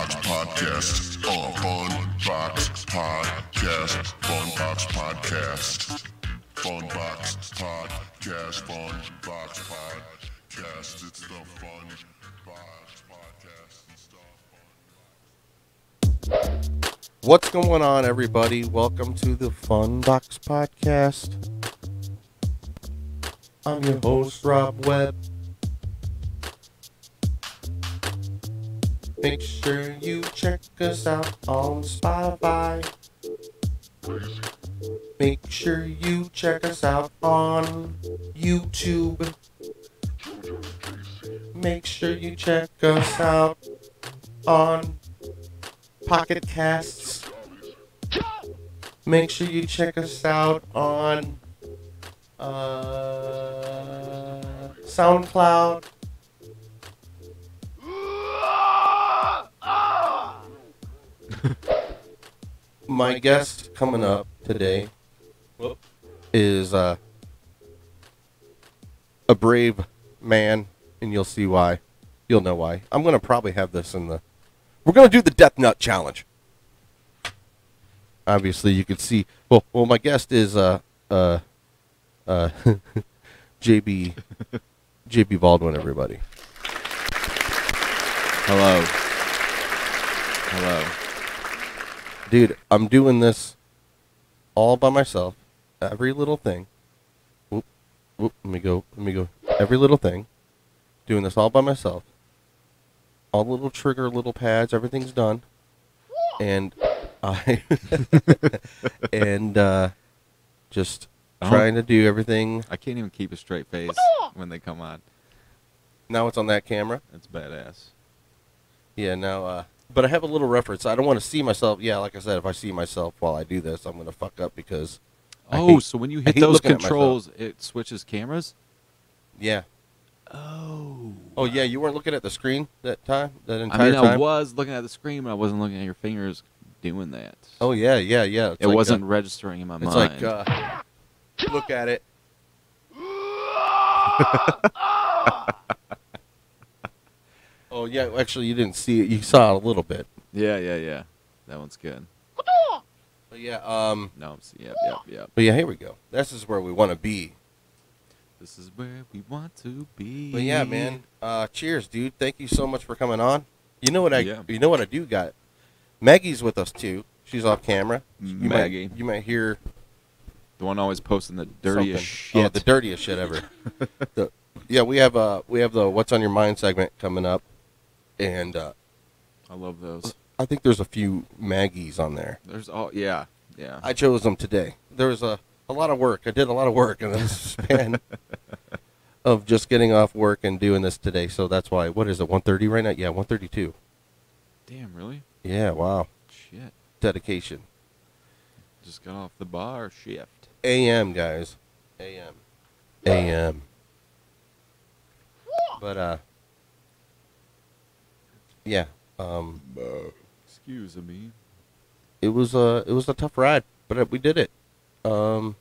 Podcast, a Fun Box Podcast, Fun Box Podcast, Fun Box Podcast, Fun Box Podcast. It's the Fun Box Podcast. It's the What's going on, everybody? Welcome to the Fun Box Podcast. I'm your host, Rob Webb. Make sure you check us out on Spotify. Make sure you check us out on YouTube. Make sure you check us out on Pocket Casts. Make sure you check us out on uh, SoundCloud. My guest coming up today is uh, a brave man, and you'll see why. You'll know why. I'm gonna probably have this in the. We're gonna do the Death Nut Challenge. Obviously, you can see. Well, well, my guest is uh uh uh JB JB Baldwin. Everybody, Hello. Hello. dude, I'm doing this all by myself. Every little thing. Whoop, whoop. Let me go. Let me go. Every little thing. Doing this all by myself. All the little trigger, little pads. Everything's done. And I and uh, just Oh. trying to do everything. I can't even keep a straight face when they come on. Now it's on that camera. That's badass. Yeah, no. Uh, but I have a little reference. I don't want to see myself. Yeah, like I said, if I see myself while I do this, I'm gonna fuck up because. I Oh, hate- so when you I hit hate those looking at myself. controls, it switches cameras? Yeah. Oh. Oh yeah, you weren't looking at the screen that time. That I entire mean, I time. was looking at the screen, but I wasn't looking at your fingers doing that. oh yeah, yeah, yeah. It's it like, wasn't uh, registering in my it's mind. like uh, look at it. oh yeah, actually, you didn't see it. You saw it a little bit. yeah, yeah, yeah. That one's good. But yeah, um, No, I'm s- yep, yep, yep. but yeah, here we go. This is where we want to be. This is where we want to be. But yeah, man. Uh, cheers, dude. Thank you so much for coming on. You know what I? Yeah. You know what I do got? Maggie's with us too. She's off camera. You might- Maggie. you might hear The one always posting the dirtiest something. shit. Oh, the dirtiest shit ever. The- yeah, we have uh we have the what's on your mind segment coming up, and uh, I love those. I think there's a few Maggies on there. There's all, yeah, yeah. I chose them today. There was a a lot of work. I did a lot of work in this span of just getting off work and doing this today. So that's why. What is it? One thirty right now? Yeah, one thirty-two. Damn, really? Yeah. Wow. Shit. Dedication. Just got off the bar shift. A.M. guys. A.M. A.M. But uh. Yeah. Um. Excuse me. it was a it was a tough ride, but uh, we did it. Um,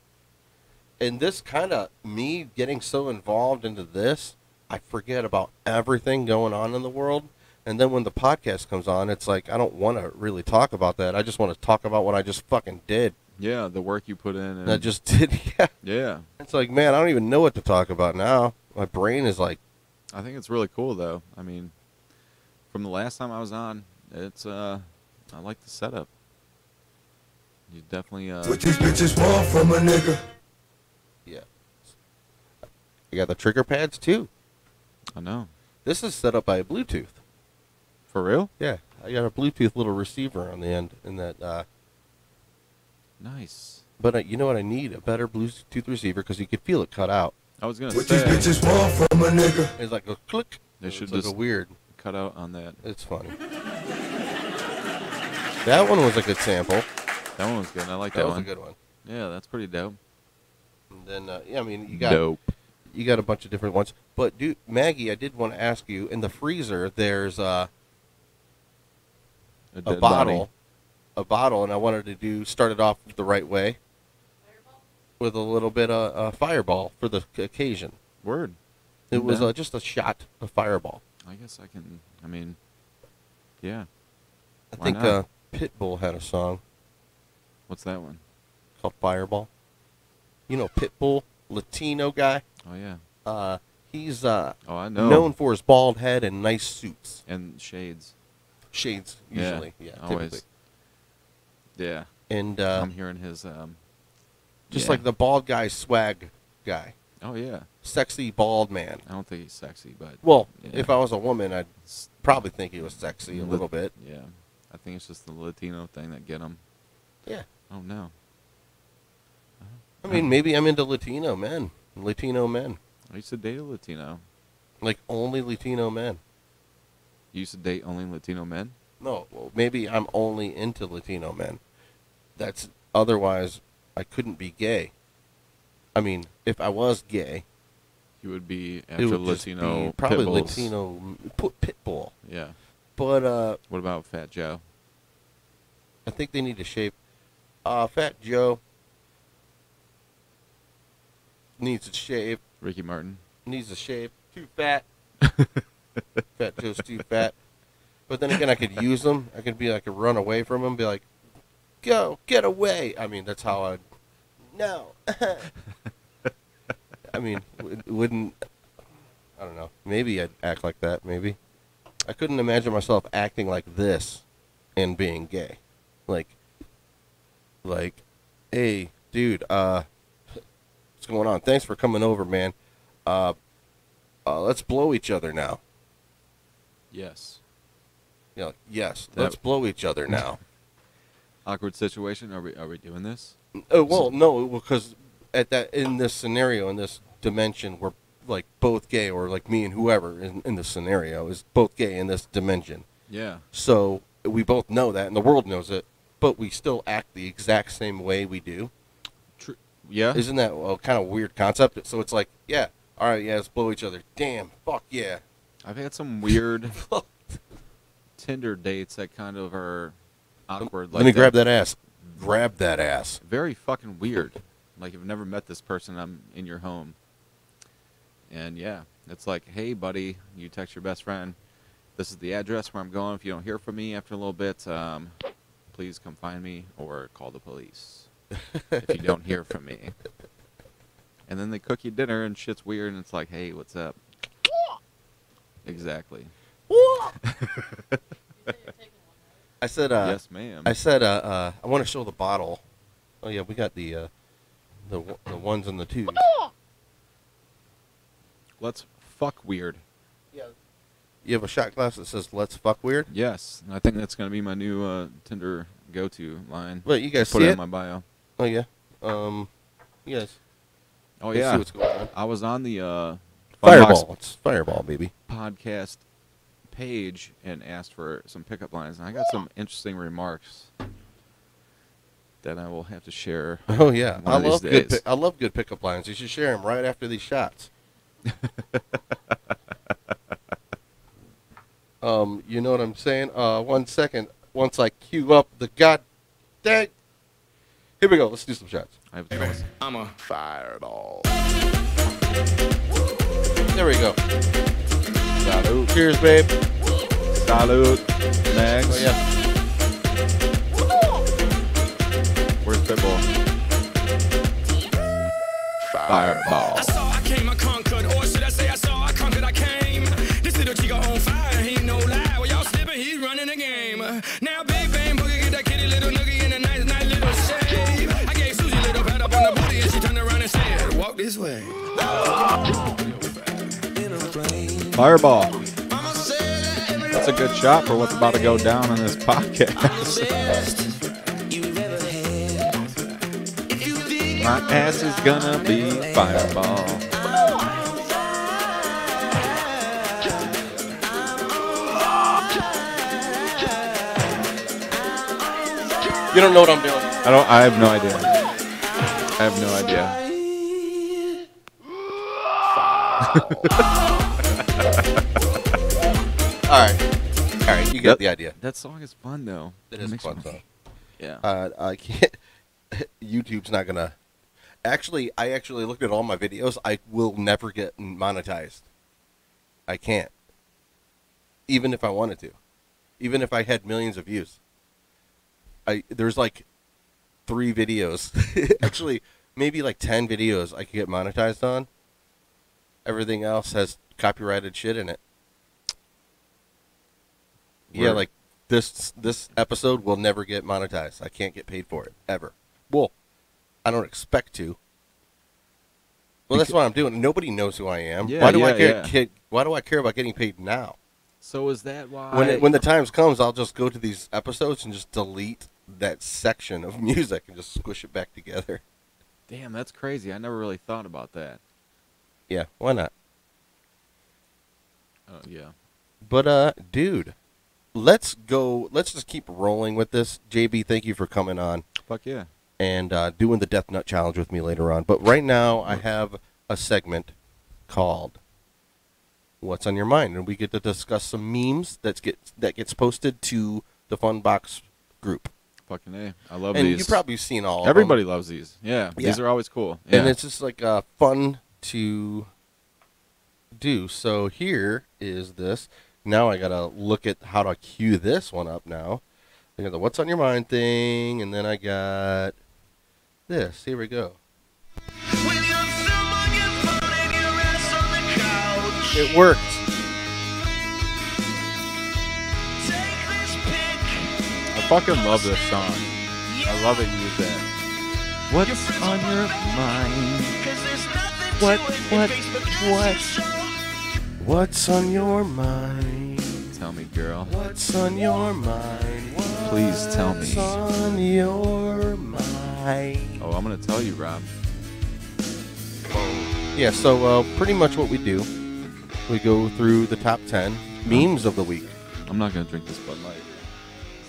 and this kind of me getting so involved into this, I forget about everything going on in the world. And then when the podcast comes on, it's like I don't want to really talk about that. I just want to talk about what I just fucking did. Yeah, the work you put in. And, And I just did. Yeah, yeah, it's like man, I don't even know what to talk about now. My brain is like, I think it's really cool though. I mean, from the last time I was on, it's uh, I like the setup. You definitely uh, What these bitches want from a nigga. yeah. I got the trigger pads too. I know This is set up by Bluetooth. for real. Yeah, I got a Bluetooth little receiver on the end, and that. Uh, Nice. but uh, you know what? I need a better Bluetooth receiver because you could feel it cut out. I was gonna What these say bitches want from a nigga. It's like a click. They It's should like a just- weird. cut out on that. It's funny. that one was a good sample. That one was good. I like That, that, was one. a good one. Yeah, that's pretty dope. And then uh, yeah, I mean you got dope. you got a bunch of different ones. But dude, Maggie, I did want to ask you. In the freezer, there's uh, A, a dead body. bottle, a bottle, and I wanted to do start it off the right way with a little bit of uh, fireball for the occasion. Word. It was Yeah. uh, just a shot of fireball. I guess I can. I mean, yeah. I Why think not? uh, Pitbull had a song What's that one? called Fireball. You know Pitbull, Latino guy. Oh yeah. Uh, he's uh, Oh, I know. known for his bald head and nice suits, And shades. shades usually. Yeah, Yeah. always. typically. Yeah. And uh, I'm hearing his. Um, just yeah. like the bald guy swag guy, Oh yeah. sexy bald man. I don't think he's sexy, but Well, Yeah. if I was a woman, I'd it's- probably think he was sexy a Lit- little bit. Yeah. I think it's just the Latino thing that get him. Yeah. Oh no. I mean, maybe I'm into Latino men, Latino men, I used to date a Latino. like only Latino men. You used to date only Latino men. No, well, maybe I'm only into Latino men. That's otherwise I couldn't be gay. I mean, if I was gay, You would be it after would just Latino. be probably pit bulls. Latino m- put pitbull. Yeah. But uh, What about Fat Joe? I think they need to shape. Uh, Fat Joe needs a shave. Ricky Martin. Needs a shave. Too fat. fat Joe's too fat. But then again, I could use him. I could be like, run away from him, be like, go, get away. I mean, that's how I'd. No. I mean, it wouldn't. I don't know. Maybe I'd act like that, maybe. I couldn't imagine myself acting like this and being gay. Like, like, hey, dude, uh, what's going on? Thanks for coming over, man. Uh, uh, let's blow each other now. Yes. You know, like, yes, That- let's blow each other now. Awkward situation. Are we are we doing this? oh, well, no, because at that in this scenario in this dimension, we're like both gay, or like me and whoever in, in this scenario is both gay in this dimension. Yeah. So we both know that, and the world knows it, but we still act the exact same way we do. True. Yeah. Isn't that a kind of weird concept? So it's like, yeah, all right, yeah, let's blow each other. Damn, fuck yeah. I've had some weird Tinder dates that kind of are awkward. Let me grab that ass. Grab that ass. Very fucking weird. Like I've never met this person. I'm in your home, and yeah, it's like, hey, buddy, you text your best friend. This is the address where I'm going. If you don't hear from me after a little bit, um, please come find me or call the police. if you don't hear from me, and then they cook you dinner and shit's weird, and it's like, hey, what's up? Exactly. I said, uh, yes, ma'am. I said, uh, uh, I want to show the bottle. Oh yeah, we got the uh, the w- the ones and the twos. Let's fuck weird. You have a shot glass that says "Let's fuck weird." Yes, and I think that's gonna be my new uh, Tinder go-to line. Wait, you guys Put see it it? in my bio. oh yeah. Um, yes. Oh Let's yeah, See what's going on. I was on the uh, Fireball. It's fireball, baby. podcast page and asked for some pickup lines, and I got some interesting remarks that I will have to share. Oh yeah, One I of these love good. days. Pi- I love good pickup lines. You should share them right after these shots. um, you know what I'm saying? Uh, one second. Once I cue up the god, dang. Here we go. Let's do some shots. I have no I'm a Fireball. There we go. salute, Cheers, babe. salute. Next, Oh yeah. where's Pitbull? Fireball. I saw, I came, I conquered. Or should I say I saw, I conquered, I came. This little chico on fire, he ain't no lie. Well, y'all slipping, he's running the game. Now, big bang, boogie, get that kitty little noogie in a nice, nice little shave. I gave Susie a little pat up on the booty, and she turned around and said, Walk this way. Fireball. That's a good shot for what's about to go down in this podcast. My ass is gonna be a fireball. You don't know what I'm doing. I don't. I have no idea. I have no idea. All right. All right. You got the idea. That song is fun though. It is a makes fun me- song. Yeah. Uh, I can't. YouTube's not gonna. Actually, I actually looked at all my videos. I will never get monetized. I can't. Even if I wanted to. even if I had millions of views. I there's like three videos, actually maybe like ten videos I could get monetized on. Everything else has copyrighted shit in it. Yeah, Word. like this this episode will never get monetized. I can't get paid for it ever. Well, I don't expect to. Well, that's what I'm doing. Nobody knows who I am. Yeah, why do I yeah, care? yeah. Kid, why do I care about getting paid now? So is that why? when it, when the times comes, I'll just go to these episodes and just delete that section of music and just squish it back together. damn, that's crazy. I never really thought about that. Yeah, why not? Oh yeah. But uh, dude, let's go. Let's just keep rolling with this. JB, thank you for coming on Fuck yeah. and uh, doing the Death Nut Challenge with me later on. But right now, I have a segment called "What's on Your Mind," and we get to discuss some memes that gets that gets posted to the Funbox group. Fucking a. I love and these. you've probably seen all. of 'em. Everybody loves these. Yeah, Yeah. These are always cool. and Yeah. it's just like uh, fun to do. So here is this. Now I gotta look at how to cue this one up. Now I got the "What's on your mind" thing, and then I got this. Here we go. It worked. I fucking love this song. I love it. You did that. What's on your mind? What? What? What's on your mind? Tell me, girl. What's on your mind? Please tell me. What's on your mind? Oh, I'm gonna tell you, Rob. Yeah, so uh, pretty much what we do, we go through the top 10 memes of the week. I'm not gonna drink this Bud Light.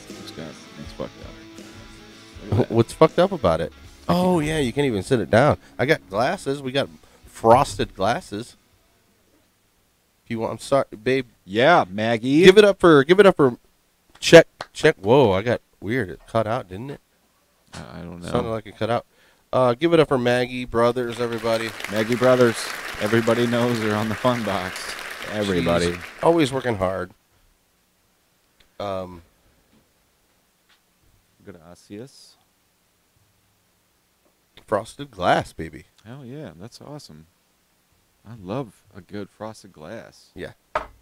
It's got it's fucked up. Look at that. What's fucked up about it? Oh, yeah, you can't even sit it down. I got glasses. We got frosted glasses. If you want, I'm sorry, babe. Yeah, Maggie. Give it up for, give it up for, check, check. Whoa, I got weird. It cut out, didn't it? I I don't know. Sounded like it cut out. Uh, give it up for Maggie, brothers, everybody. Maggie Brothers. Everybody knows they're on the fun box. Everybody. She's always working hard. Um, Gracias. frosted glass, baby. Hell yeah, that's awesome. I love a good frosted glass. Yeah.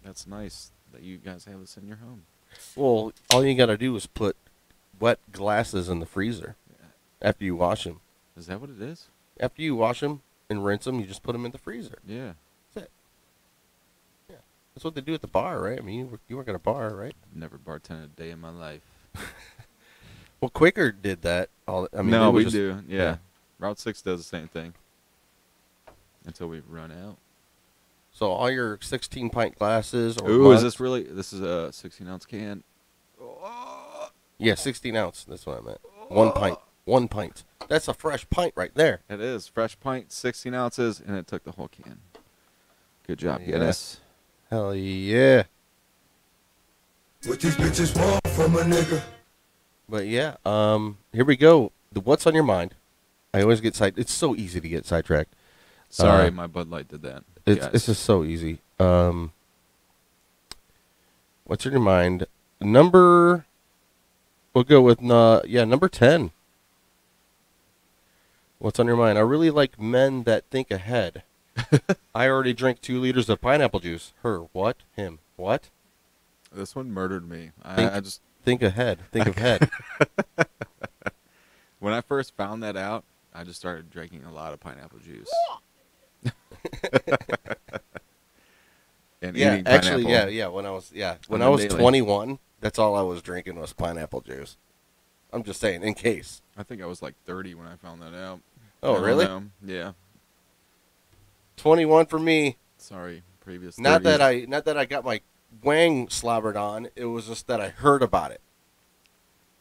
That's nice that you guys have this in your home. Well, all you gotta do is put wet glasses in the freezer after you wash them. Is that what it is? After you wash them and rinse them, you just put them in the freezer. Yeah. That's it. Yeah, that's what they do at the bar, right? I mean, you work, you work at a bar, right? Never bartended a day in my life. Well, Quaker did that. All I mean, no, they would we just- do. Yeah. yeah. Route 6 does the same thing. Until we run out. So all your 16 pint glasses or Ooh, is mug- this really? This is a 16 ounce can. yeah 16 ounce. That's what I meant. One pint. One pint. That's a fresh pint right there. It is. Fresh pint, 16 ounces, and it took the whole can. Good job, Yeah. Guinness. Hell yeah. What these bitches want from a nigga. But yeah, um, here we go. The what's on your mind? I always get side. It's so easy to get sidetracked. Sorry, Uh, my Bud Light did that. It's guys. it's just so easy. Um, what's on your mind? Number. We'll go with uh, yeah, number ten. What's on your mind? I really like men that think ahead. I already drank two liters of pineapple juice. Her what? Him what? This one murdered me. Think- I, I just Think ahead. Think of head. when I first found that out, I just started drinking a lot of pineapple juice. and Yeah, eating pineapple. actually, yeah, yeah. When I was yeah, when On I the was daily. 21, that's all I was drinking was pineapple juice. I'm just saying, in case. I think I was like 30 when I found that out. I Oh, don't really? know. Yeah. 21 for me. Sorry, previous. Not 30s. that I, not that I got my wang slobbered on. It was just that I heard about it.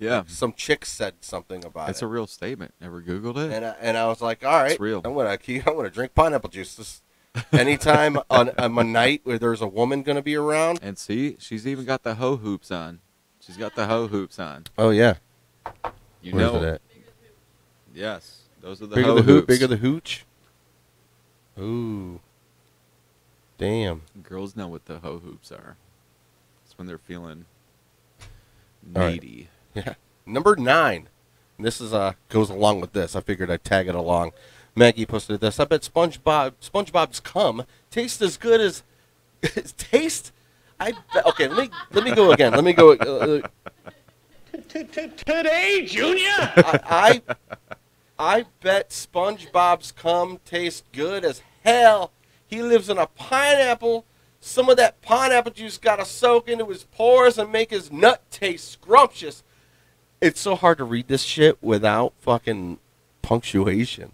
Yeah, Some chick said something about it's it, a real statement. Never Googled it. and I, and I was like, all right, real. I'm gonna keep, I'm gonna drink pineapple juice. This, anytime on, on a night where there's a woman gonna be around. And see, she's even got the hoe hoops on. She's got the hoe hoops on. Oh yeah, You know. Yes, those are the bigger hoe the hoop, hoops. bigger the hooch. Ooh, damn. Girls know what the hoe hoops are. It's when they're feeling All right. Needy. Yeah. Number nine. This is uh goes along with this. I figured I'd tag it along. Maggie posted this. I bet SpongeBob SpongeBob's cum tastes as good as taste. I bet, okay. Let me let me go again. Let me go. Uh, Today, Junior? I I bet SpongeBob's cum tastes good as hell. He lives in a pineapple. Some of that pineapple juice got to soak into his pores and make his nut taste scrumptious. It's so hard to read this shit without fucking punctuation.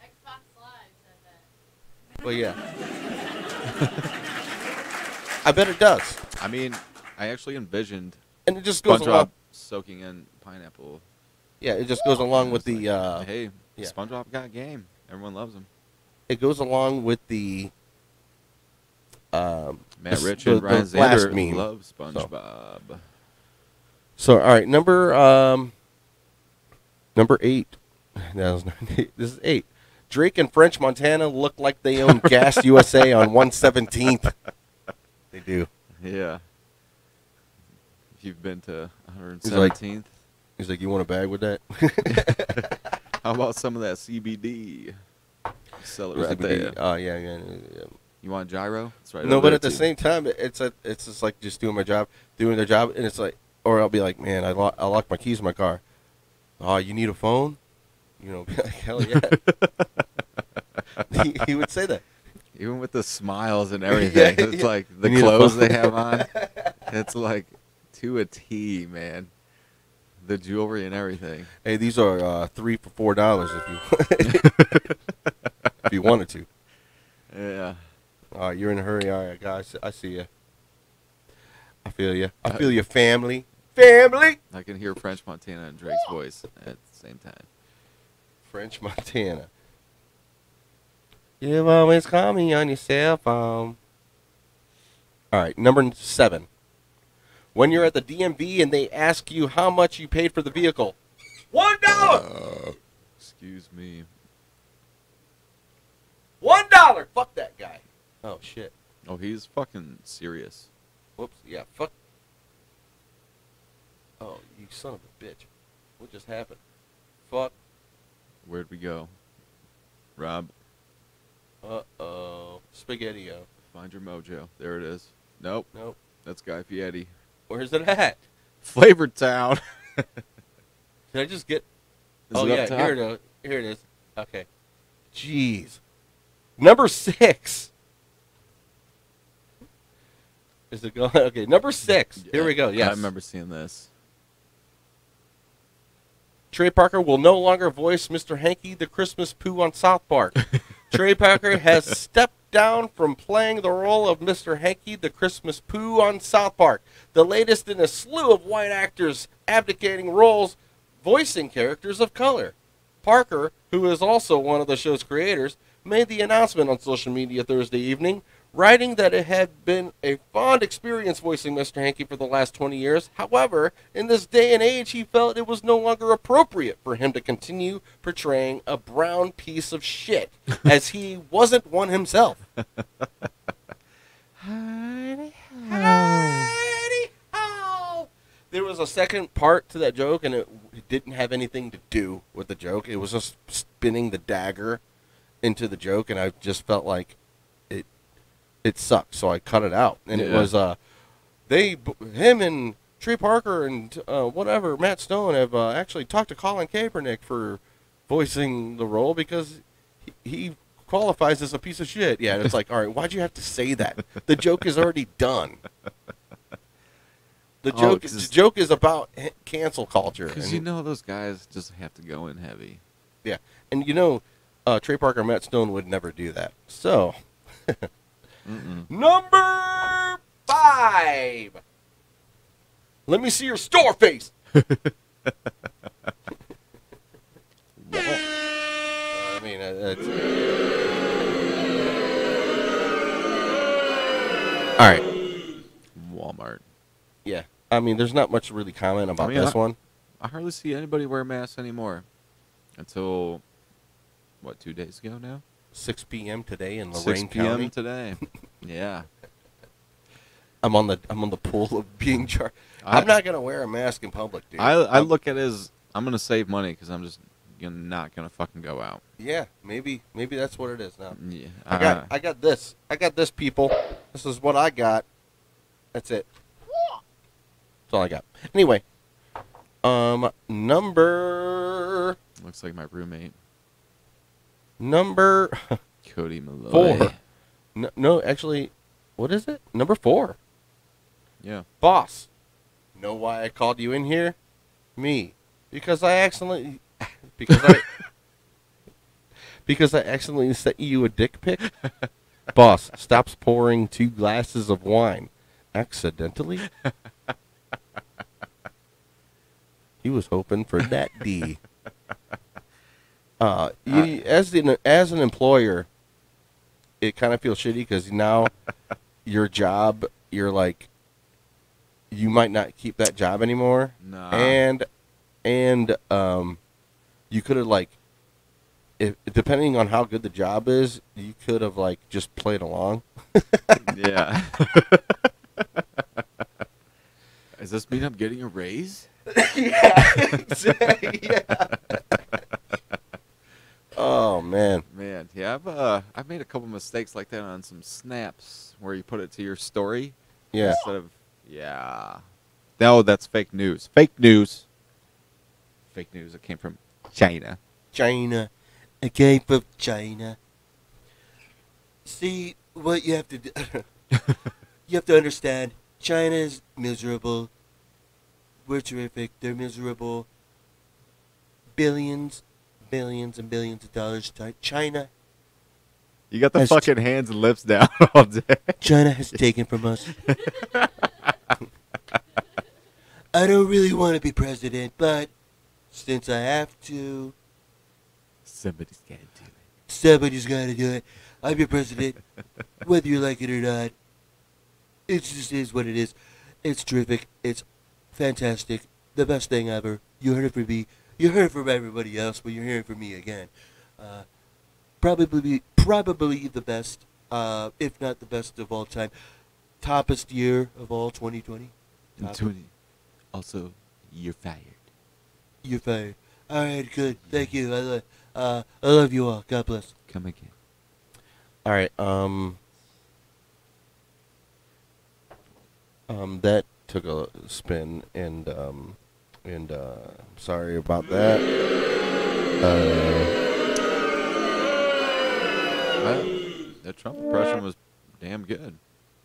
Xbox Live said that. Well, yeah. I bet it does. I mean, I actually envisioned And it just goes SpongeBob along. soaking in pineapple. Yeah, it just goes along with It's the like, uh, hey, yeah. SpongeBob got game. Everyone loves him. it goes along with the um Matt The- Rich the- and Ryan the last Zander meme. love SpongeBob. So all right, number um, number eight. That was not eight. This is eight. Drake and French Montana look like they own Gas USA on One Seventeenth. They do. Yeah. If you've been to He's like- 117th, He's like, you want a bag with that? how about some of that CBD? Sell it right there. Oh yeah, yeah. yeah. You want gyro? It's right. no, over but there, at the too. same time, it- it's a, it's just like just doing my job, doing their job, and it's like, or I'll be like, man, I lock, I locked my keys in my car. Oh, you need a phone? You know, be like, hell yeah. he, he would say that. even with the smiles and everything, Yeah, it's yeah. like the You need a clothes they phone. have on. It's like to a T, man. The jewelry and everything. Hey, these are uh, three for four dollars if you if you wanted to. Yeah. All right, you're in a hurry. All right, guys, I see you. I feel you. Uh, I feel your family. Family. I can hear French Montana and Drake's voice at the same time. French Montana. You always call me on your cell phone. All right, number seven. When you're at the DMV and they ask you how much you paid for the vehicle, One dollar! Excuse me. one dollar. Fuck that guy. Oh shit. Oh, he's fucking serious. Whoops. Yeah. Fuck. Oh, you son of a bitch! What just happened? Fuck. Where'd we go? Rob, Uh oh. Spaghettio. find your mojo. There it is. Nope, Nope. that's Guy Fieri. Where's it at? Flavor Town. Did I just get? Is oh it up yeah. top? Here it is. Here it is. Okay. Jeez. Number six. Is it going? Okay. Number six. Here we go. Yes. I remember seeing this. Trey Parker will no longer voice Mr. Hanky the Christmas Pooh on South Park. Trey Parker has stepped down from playing the role of Mr. Hanky the Christmas Pooh on South Park, the latest in a slew of white actors abdicating roles voicing characters of color. Parker, who is also one of the show's creators, made the announcement on social media Thursday evening, writing that it had been a fond experience voicing Mr. Hankey for the last 20 years. However, in this day and age, he felt it was no longer appropriate for him to continue portraying a brown piece of shit, as he wasn't one himself. Hidey-ho. There was a second part to that joke, and it it didn't have anything to do with the joke. It was just spinning the dagger into the joke, and I just felt like it it sucked, so I cut it out. And it Yeah. was uh, they b- him and Trey Parker and uh, whatever Matt Stone have uh, actually talked to Colin Kaepernick for voicing the role because he, he qualifies as a piece of shit. Yeah, and it's like, all right, why'd you have to say that? The joke is already done. The Oh, joke, 'cause the it's- joke is about h- cancel culture. Because and- you know those guys just have to go in heavy. yeah, and you know, uh, Trey Parker and Matt Stone would never do that. So, number five. Let me see your star face. I mean, uh, that's. All right. Walmart. Yeah. I mean, there's not much to really comment about mean, this I- one. I hardly see anybody wear masks anymore. Until, what, two days ago now? 6 p.m. today in Lorraine 6 p.m. County. today. yeah. I'm on the I'm on the pool of being charged. I, I'm not gonna wear a mask in public, dude. I, I look at it as I'm gonna save money because I'm just gonna, not gonna fucking go out. yeah, maybe maybe that's what it is now. Yeah. uh, I got I got this. I got this people. This is what I got. That's it. That's all I got. Anyway, um number looks like my roommate number Cody Malloy. Four. no, no actually what is it? Number 4. Yeah. Boss. Know why I called you in here? Me. Because I accidentally because I because I accidentally sent you a dick pic. Boss stops pouring two glasses of wine accidentally. he was hoping for that D. Uh, you, as an as an employer, it kind of feels shitty because now your job, you're like, you might not keep that job anymore, Nah. and and um, you could have like, if depending on how good the job is, you could have like just played along. yeah. Does this mean I'm getting a raise? Oh man, Man, yeah, I've uh, I've made a couple mistakes like that on some snaps where you put it to your story yeah. instead of yeah. No, that's fake news. Fake news. Fake news. It came from China. China, a cape of China. See what you have to do. you have to understand. China is miserable. We're terrific. They're miserable. Billions, billions, and billions of dollars. to China, You got the That's- fucking hands and lips down all day. China has taken from us. I don't really want to be president, but since I have to, Somebody's got to do it. Somebody's got to do it. I'm your president, whether you like it or not. It just is what it is. It's terrific. It's fantastic. The best thing ever. You heard it from me. You heard it from everybody else, but you're hearing it from me again. Uh, probably, probably the best, uh, if not the best of all time. Toppest year of all 2020. And Top- Tony, also, you're fired. You're fired. All right, good. Thank you. I, lo- uh, I love you all. God bless. Come again. All right. Um. Um. That took a spin, and um, and uh, I'm sorry about that. Uh, Well, that Trump impression was damn good.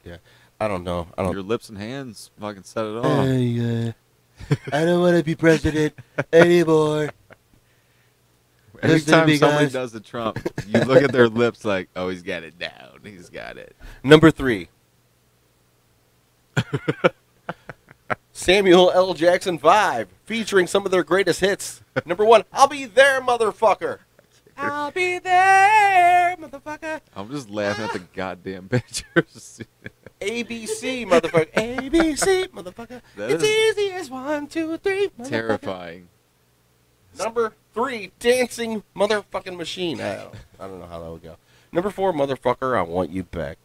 yeah. I don't know. I Your don't. lips and hands fucking said it all. I, uh, I don't want to be president anymore. Listen to Anytime me, somebody guys. does the Trump, you look at their lips like, oh, he's got it down. He's got it. Number three. Samuel L. Jackson 5, featuring some of their greatest hits. Number one, I'll be there, motherfucker. I'll be there, motherfucker. I'm just laughing at the goddamn pictures. ABC, motherfucker. ABC, motherfucker. That it's is- easy as one, two, three. motherfucker. Terrifying. Number three, dancing motherfucking machine. I don't, I don't know how that would go. Number four, motherfucker, I want you back.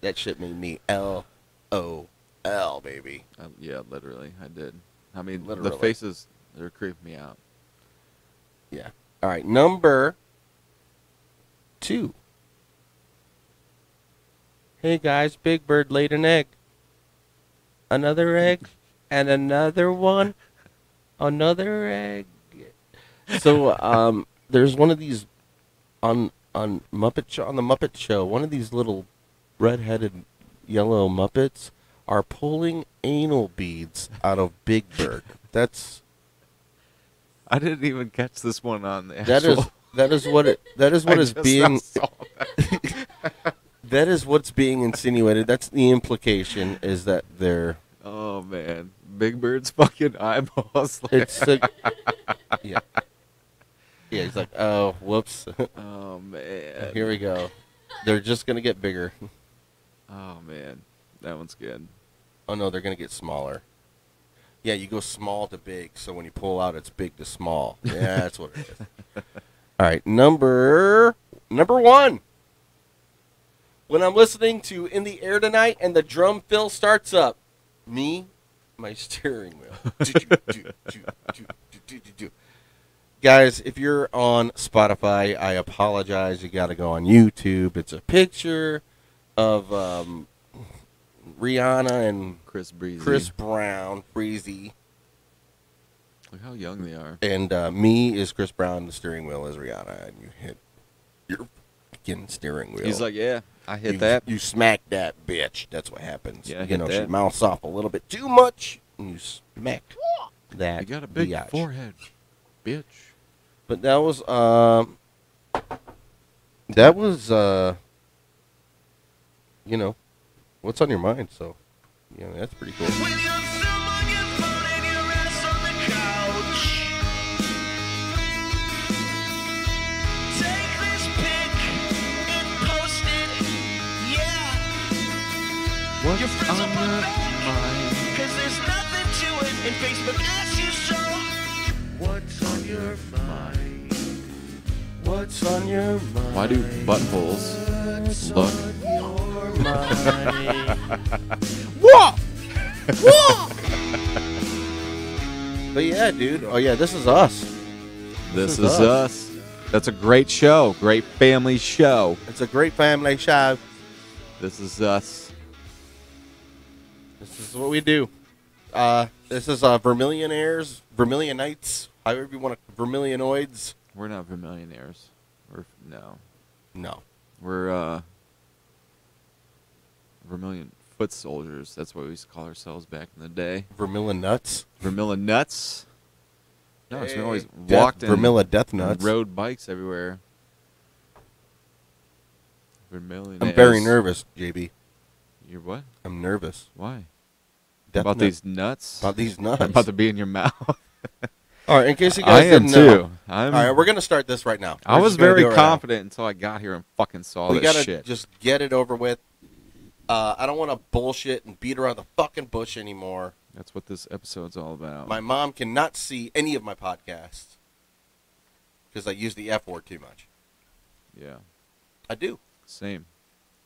That shit made me L O L, baby. Uh, yeah, literally, I did. I mean, the Literally. faces they're creeping me out. Yeah. All right, number two. Hey guys, Big Bird laid an egg. Another egg, and another one, another egg. So um, there's one of these on on Muppet show, on the Muppet Show. One of these little red-headed yellow Muppets are pulling anal beads out of Big Bird. That's I didn't even catch this one on the that is actual- that is what it that is what I is just being saw that. that is what's being insinuated. That's the implication is that they're Oh man, Big Bird's fucking eyeballs. Like, it's a, yeah yeah. He's like, oh, whoops, oh man. here we go. They're just gonna get bigger. Oh man, that one's good. Oh no, they're gonna get smaller. Yeah, you go small to big, so when you pull out, it's big to small. Yeah, that's what it is. All right, number number one. When I'm listening to "In the Air Tonight" and the drum fill starts up, me my steering wheel. Do, do, do, do, do, do, do, do, do. Guys, if you're on Spotify, I apologize. You got to go on YouTube. It's a picture of um, Rihanna and Chris Breezy. Chris Brown, Breezy, Look how young they are. and uh, me is Chris Brown. The steering wheel is Rihanna, and you hit your fucking steering wheel. He's like, yeah, I hit you, that. You smack that bitch. That's what happens. Yeah, I you hit know, she that. mouths off a little bit too much, and you smack that. I got a big biatch. forehead, bitch. But that was um, that was uh, you know, what's on your mind? So, yeah, that's pretty cool. What's Your friends on will your back. mind? Cause there's nothing to it, and Facebook asks you so. What's on your mind? What's on your mind? Why do buttholes look? But yeah, dude. Oh yeah, this is us. This, is is us. That's a great show. Great family show. It's a great family show. This is us. This is what we do. Uh, this is uh, Vermilionaires, Vermilionites, however you want to, Vermilionoids. We're not millionaires. We're no. No. We're uh Vermilion foot soldiers. That's what we used to call ourselves back in the day. Vermilion nuts. Vermilion nuts. No, it's we always Death- walked and, Vermilla death and nuts. rode bikes everywhere. Vermilion. I'm very nervous, JB. You're what? I'm nervous. Why? Death about nut- these nuts? about these nuts. about to be in your mouth. All right, in case you I guys am didn't too. know. I'm, All right, we're gonna start this right now. I We're was just gonna very do it right now. confident until I got here and fucking saw we this gotta shit. just get it over with. Uh, I don't want to bullshit and beat around the fucking bush anymore. That's what this episode's all about. My mom cannot see any of my podcasts because I use the F word too much. yeah, I do. same.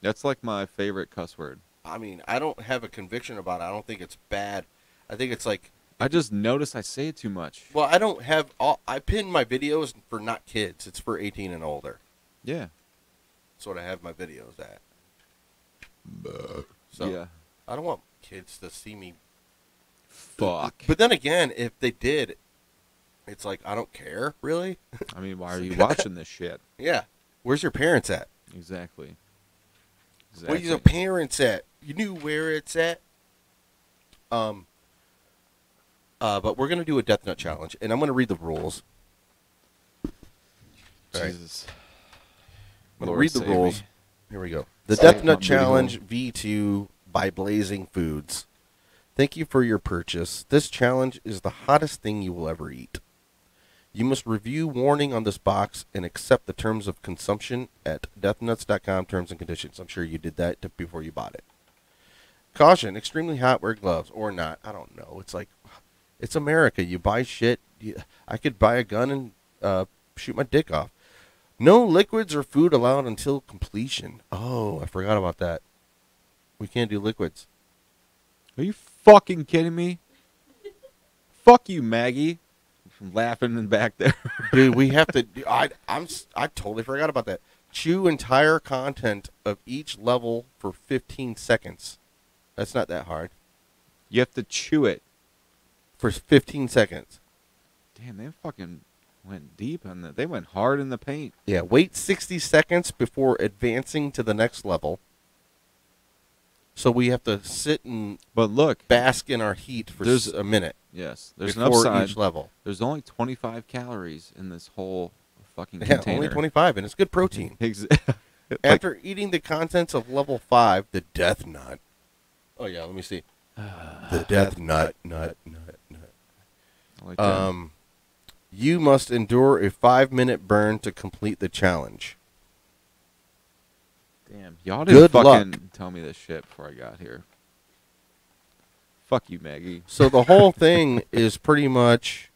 That's like my favorite cuss word. I mean, I don't have a conviction about it. I don't think it's bad. I think it's like, I just noticed I say it too much. well, I don't have all. I pin my videos for not kids. It's for 18 and older. Yeah. That's what I have my videos at. So yeah. I don't want kids to see me. Fuck. But then again, if they did, it's like I don't care really. I mean, why are you watching this shit? Yeah. Where's your parents at? Exactly. Exactly. Where's your parents at? You knew where it's at. Um. Uh, but we're gonna do a death nut challenge, and I'm gonna read the rules. Sorry. Jesus. I'm gonna Lord read the save me. rules. Here we go. The Save Death my Nut booty Challenge V2 by Blazing Foods. Thank you for your purchase. This challenge is the hottest thing you will ever eat. You must review warning on this box and accept the terms of consumption at deathnuts.com terms and conditions. I'm sure you did that t- before you bought it. Caution, extremely hot, wear gloves or not. I don't know. It's like it's America. You buy shit. You, I could buy a gun and uh, shoot my dick off. No liquids or food allowed until completion. Oh, I forgot about that. We can't do liquids. Are you fucking kidding me? Fuck you, Maggie. I'm laughing in the back there. Dude, we have to. do- I I'm s- I totally forgot about that. Chew entire content of each level for 15 seconds. That's not that hard. you have to chew it. For 15 seconds. Damn, they fucking went deep on that. They went hard in the paint. Yeah, wait 60 seconds before advancing to the next level. So we have to sit and But look, bask in our heat for s- There's- a minute yes, there's an before upside. each level. There's only 25 calories in this whole fucking Yeah, container. only 25, and it's good protein. Ex- like, After eating the contents of level five, the death nut. Oh yeah, let me see. the death nut, nut, nut, nut. I like that. Um, you must endure a five-minute burn to complete the challenge. Damn, y'all didn't good fucking luck. tell me this shit before I got here. Fuck you, Maggie. So the whole thing is pretty much.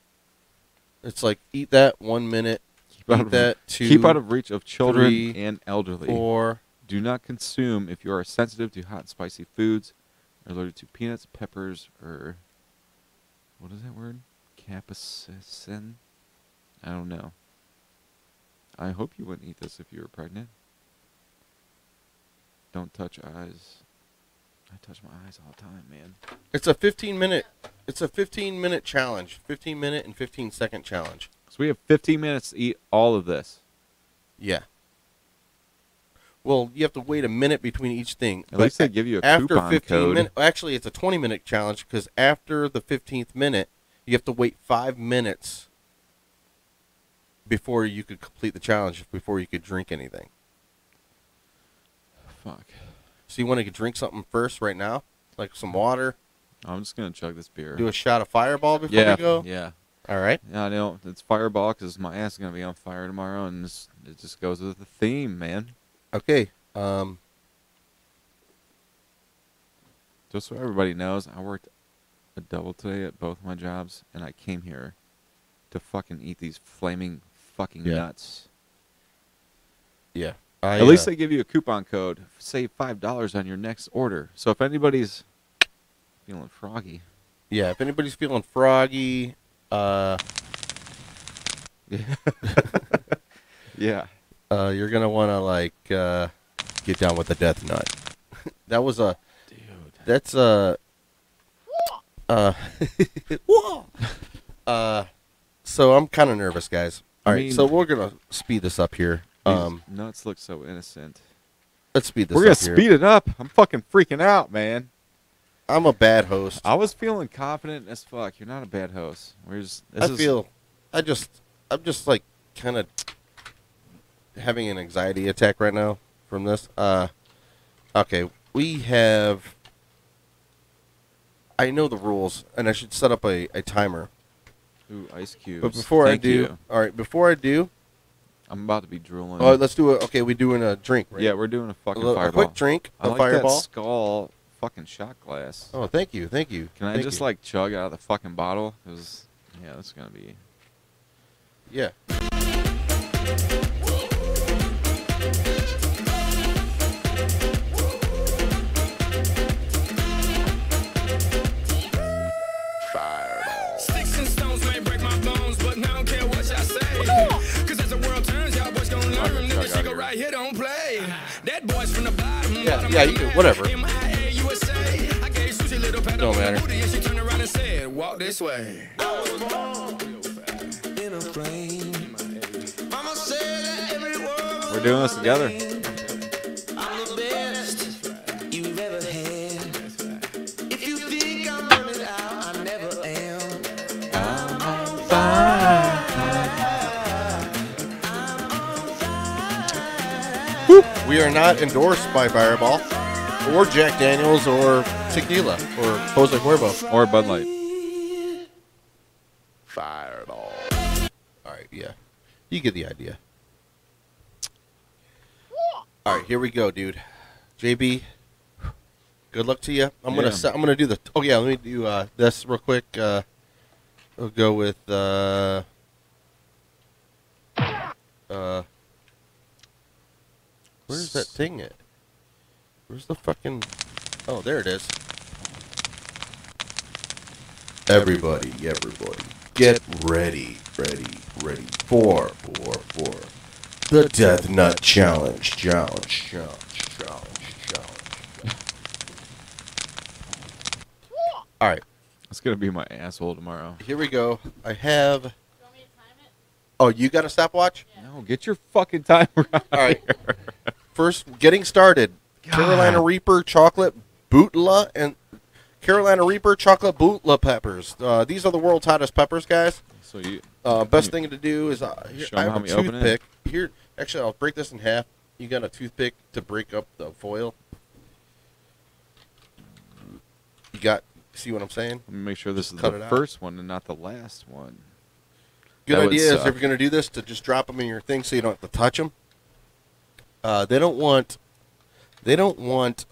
It's like eat that one minute, Keep eat that two, keep out of reach of children three, and elderly. four. Do not consume if you are sensitive to hot and spicy foods, or allergic to peanuts, peppers, or what is that word? Capsaicin? I don't know. I hope you wouldn't eat this if you were pregnant. Don't touch eyes. I touch my eyes all the time, man. It's a 15 minute. It's a 15 minute challenge. 15 minute and 15 second challenge. So we have 15 minutes to eat all of this. Yeah. Well, you have to wait a minute between each thing. At least they give you a after coupon 15 code. minute, actually, it's a 20 minute challenge because after the 15th minute, you have to wait five minutes before you could complete the challenge. Before you could drink anything. Fuck. So you want to drink something first right now, like some water. I'm just gonna chug this beer. Do a shot of Fireball before yeah, we go. yeah, All right. yeah. I know it's Fireball because my ass is gonna be on fire tomorrow, and this, it just goes with the theme, man. Okay. Um. Just so everybody knows, I worked a double today at both my jobs, and I came here to fucking eat these flaming fucking Yeah. nuts. Yeah. I, At least uh, they give you a coupon code. Save five dollars on your next order. So if anybody's feeling froggy, yeah. If anybody's feeling froggy, uh, yeah, uh, you're gonna want to like uh, get down with the death nut. that was a. That's a. Uh. Whoa. uh. So I'm kind of nervous, guys. I All right. mean- so we're gonna speed this up here. Um. These nuts look so innocent. Let's speed this. We're gonna up here. speed it up. I'm fucking freaking out, man. I'm a bad host. I was feeling confident as fuck. You're not a bad host. We're just. This I is, feel, I just, I'm just like kind of having an anxiety attack right now from this. Uh, okay, we have. I know the rules, and I should set up a, a timer. Ooh, ice cubes. But before I Thank do, you. all right, before I do, I'm about to be drooling. oh, let's do it. Okay, we're doing a drink, right? Yeah, we're doing a a, fucking little- a fireball. quick drink, I a like fireball. that skull fucking shot glass. Oh, thank you, thank you. Can I thank just you. like chug out of the fucking bottle? It was, yeah, that's gonna be. Yeah. Sticks and stones may break my bones, but I don't care what y'all say. Cause as the world turns, y'all boys gonna learn. Chuck Nigga, outta she go here. right here, don't play. That boy's from the bottom. Yeah, bottom yeah, of the you can- map. whatever. MIA, USA. I gave Susie a little pat Don't on the matter. booty, and she turned around and said, Walk this way. in a plane. Mama said that every word We're doing this together. I'm the best you've ever had. If you think I'm running out, I never am. We are not endorsed by Fireball, or Jack Daniels, or tequila, or Jose Cuervo. Or Bud Light. All right, yeah, you get the idea. All right, here we go, dude. JB, good luck to you. I'm gonna Yeah. se- I'm gonna do the. Oh yeah, let me do uh, this real quick. Uh, we'll go with. Uh, uh, where's that thing at? Where's the fucking? Oh, there it is. Everybody, everybody, get ready, ready, ready for, for, for the Death Nut Challenge, challenge, challenge, challenge, challenge. All right, That's gonna be my asshole tomorrow. here we go. I have. Do you want me to time it? Oh, you got a stopwatch? No, get your fucking timer out. All right. First, getting started. Carolina Reaper chocolate bootla and Carolina Reaper chocolate bootla peppers. Uh, these are the world's hottest peppers, guys. So you, Uh, best thing to do is uh, here, Hmm. Show I 'em have how a we open it. toothpick. Here, actually, I'll break this in half. You got a toothpick to break up the foil. You got. See what I'm saying? let me make sure this is cut it the out. first one and not the last one. Good That would idea is if suck. you're going to do this to just drop them in your thing so you don't have to touch them. Uh, they don't want they don't want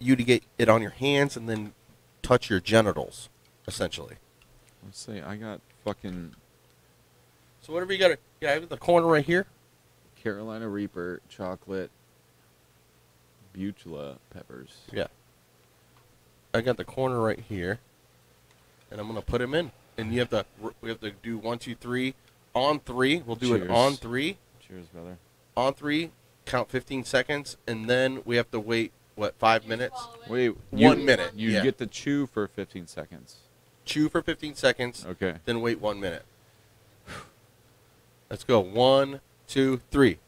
you to get it on your hands and then touch your genitals essentially. Let's see. I got fucking So whatever you got, yeah, I have the corner right here. Carolina Reaper chocolate butula peppers. Yeah, I got the corner right here. and I'm gonna put him in. And you have to we have to do one, two, three, on three. We'll do it Cheers. on three, Cheers, brother. on three. Count 15 seconds, and then we have to wait what five minutes? Wait, One you- minute. You yeah. get to chew for 15 seconds. chew for 15 seconds, Okay. then wait one minute. Let's go. One, two, three.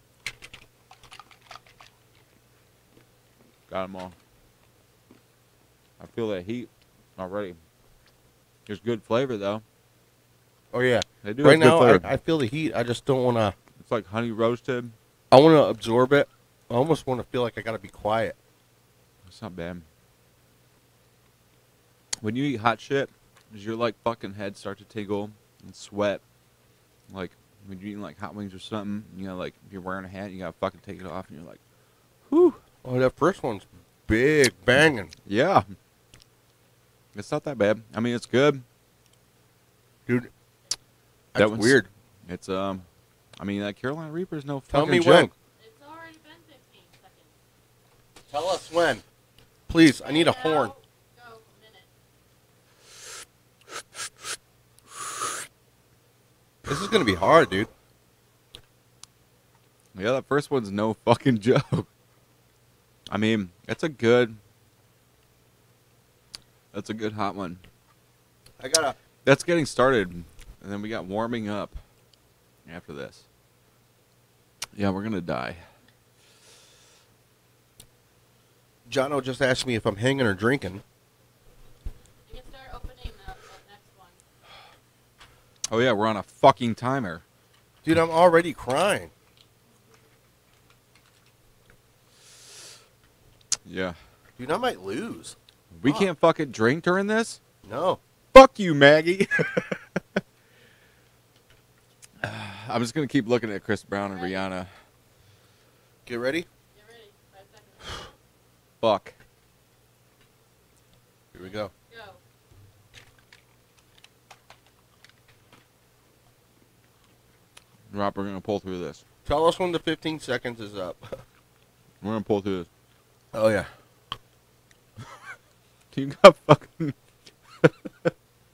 Got them all. I feel that heat already. There's good flavor though. Oh yeah. They do right have good now, I, flavor. I feel the heat. I just don't want to. It's like honey roasted. I want to absorb it. I almost want to feel like I gotta be quiet. It's not bad. When you eat hot shit, does your like fucking head start to tingle and sweat? Like when you're eating like hot wings or something, you know, like if you're wearing a hat, you gotta fucking take it off, and you're like, whew, Oh, that first one's big banging, yeah. It's not that bad. I mean, it's good. dude. That That's one's- weird. It's um, I mean, that Carolina Reaper's no Tell fucking me joke. It's already been 15 when. seconds. Tell us when. Please, I need a Now, horn. Go minute. This is gonna be hard, dude. Yeah, that first one's no fucking joke. I mean, that's a good. That's a good hot one. I gotta. That's getting started, and then we got warming up after this. Yeah, we're gonna die. Jono just asked me if I'm hanging or drinking. You can start opening up the next one. Oh yeah, we're on a fucking timer. Dude, I'm already crying. Yeah, Dude, I might lose. we Fuck. can't fucking drink during this. No. Fuck you, Maggie. I'm just gonna keep looking at Chris Brown and Rihanna. Get ready. Get ready. Five seconds. Fuck. Here we go. Go. Rob, we're gonna pull through this. Tell us when the 15 seconds is up. We're gonna pull through this. Oh yeah. You got fucking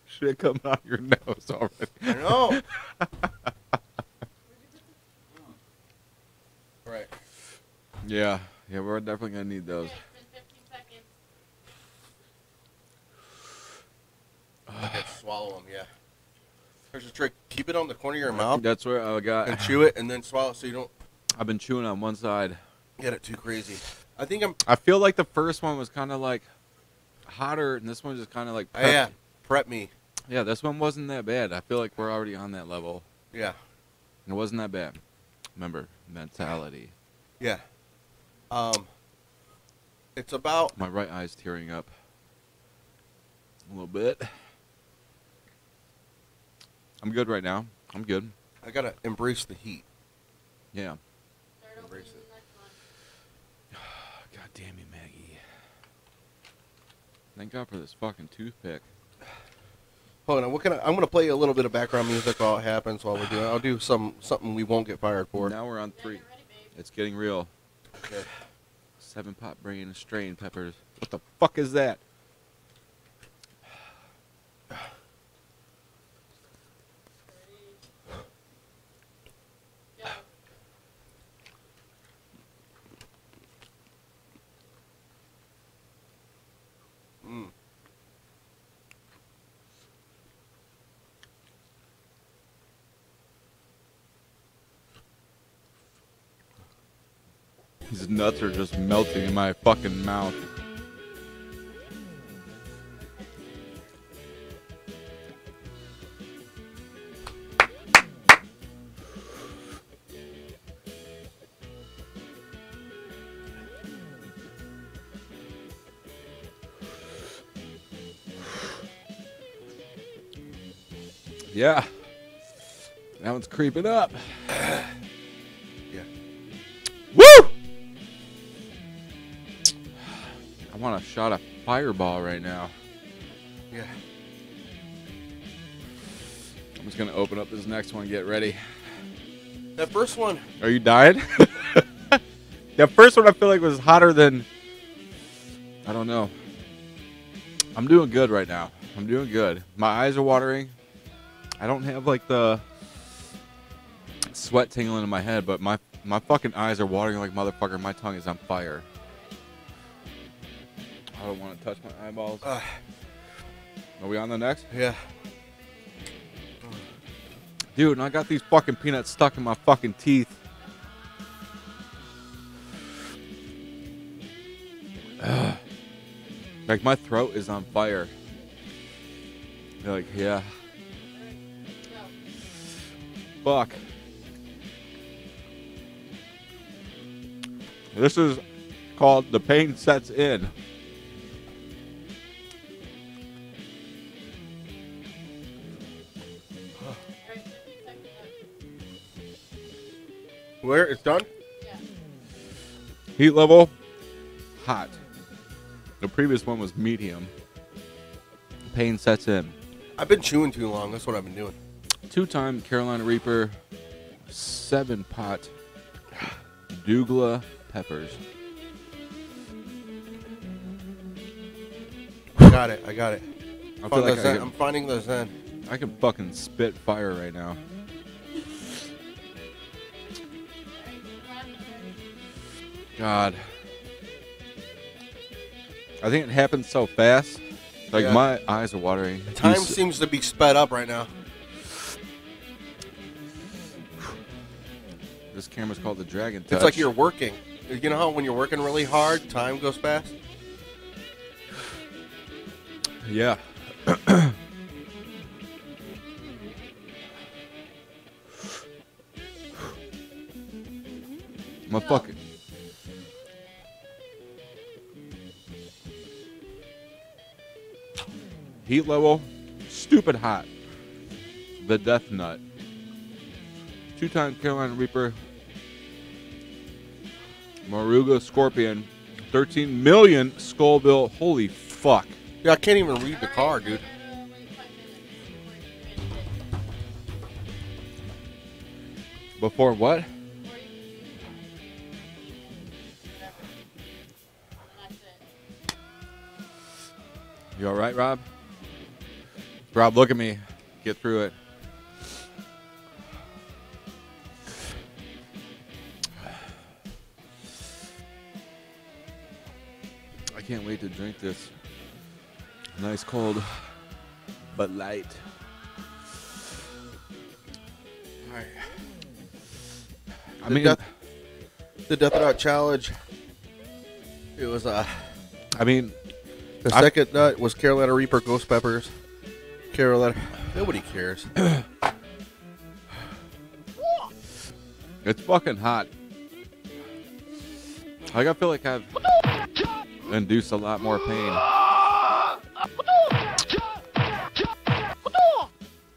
shit coming out your nose I already. know. right. Yeah, yeah, we're definitely gonna need those. Okay, it's been 15 seconds. Okay, swallow them. Yeah. Here's a trick. Keep it on the corner of your mouth That's where I and got. chew it, and then swallow it so you don't I've been chewing on one side. get it too crazy. I think I'm. I feel like the first one was kind of like hotter, and this one just kind of like. Oh, yeah. Prep me. Yeah, this one wasn't that bad. I feel like we're already on that level. Yeah. It wasn't that bad. Remember mentality. Yeah. Um. It's about My right eye's tearing up a little bit. I'm good right now. I'm good. I gotta embrace the heat. Yeah. Start opening Embrace it. the next one. Oh, God damn you, Maggie. Thank God for this fucking toothpick. Hold on. What can I? I'm gonna play a little bit of background music while it happens. While we're doing, it. I'll do some something we won't get fired for. Now we're on Yeah, three. get ready, babe. It's getting real. Okay. Seven pot brain strain peppers. What the fuck is that? Go. Mm. These nuts are just melting in my fucking mouth. Yeah. That one's creeping up. Yeah. Woo! I want a shot of fireball right now. Yeah. I'm just gonna open up this next one. Get ready. That first one. Are you dying? that first one I feel like was hotter than. I don't know. I'm doing good right now. I'm doing good. My eyes are watering. I don't have like the sweat tingling in my head, but my my fucking eyes are watering like motherfucker. My tongue is on fire. I don't want to touch my eyeballs. Are we on the next? Yeah. Dude, and I got these fucking peanuts stuck in my fucking teeth. Ugh. Like my throat is on fire. You're like, yeah. Fuck. This is called The Pain Sets In. Alright, fifteen seconds left. Where it's done? Yeah. Heat level, hot. The previous one was medium. Pain sets in. I've been chewing too long. That's what I've been doing. Two time Carolina Reaper, seven pot Dougla peppers. I got it. I got it. I feel Found like those I in. I'm can, finding those in. I can fucking spit fire right now. God. Alright, Ron, I think it happened so fast. Like Yeah. my eyes are watering. Time These- seems to be sped up right now. this camera's called the Dragon Touch. It's like you're working. You know how when you're working really hard, time goes fast? Yeah. My fucking. Heat level, stupid hot. The Death Nut. Two time Carolina Reaper. Maruga Scorpion. 13 million Skullbill. Holy fuck. Yeah, I can't even read the card, dude. uh, wait five minutes before you finish it. Before what? Before you can choose one. Whatever. And that's it. You all right, Rob? Rob, look at me. Get through it. I can't wait to drink this. Nice cold, but light. I The mean, death- The Death Nut Challenge. It was uh I mean, the I- second nut was Carolina Reaper Ghost Peppers. Carolina Nobody cares. It's fucking hot. Like I feel like I've induced a lot more pain.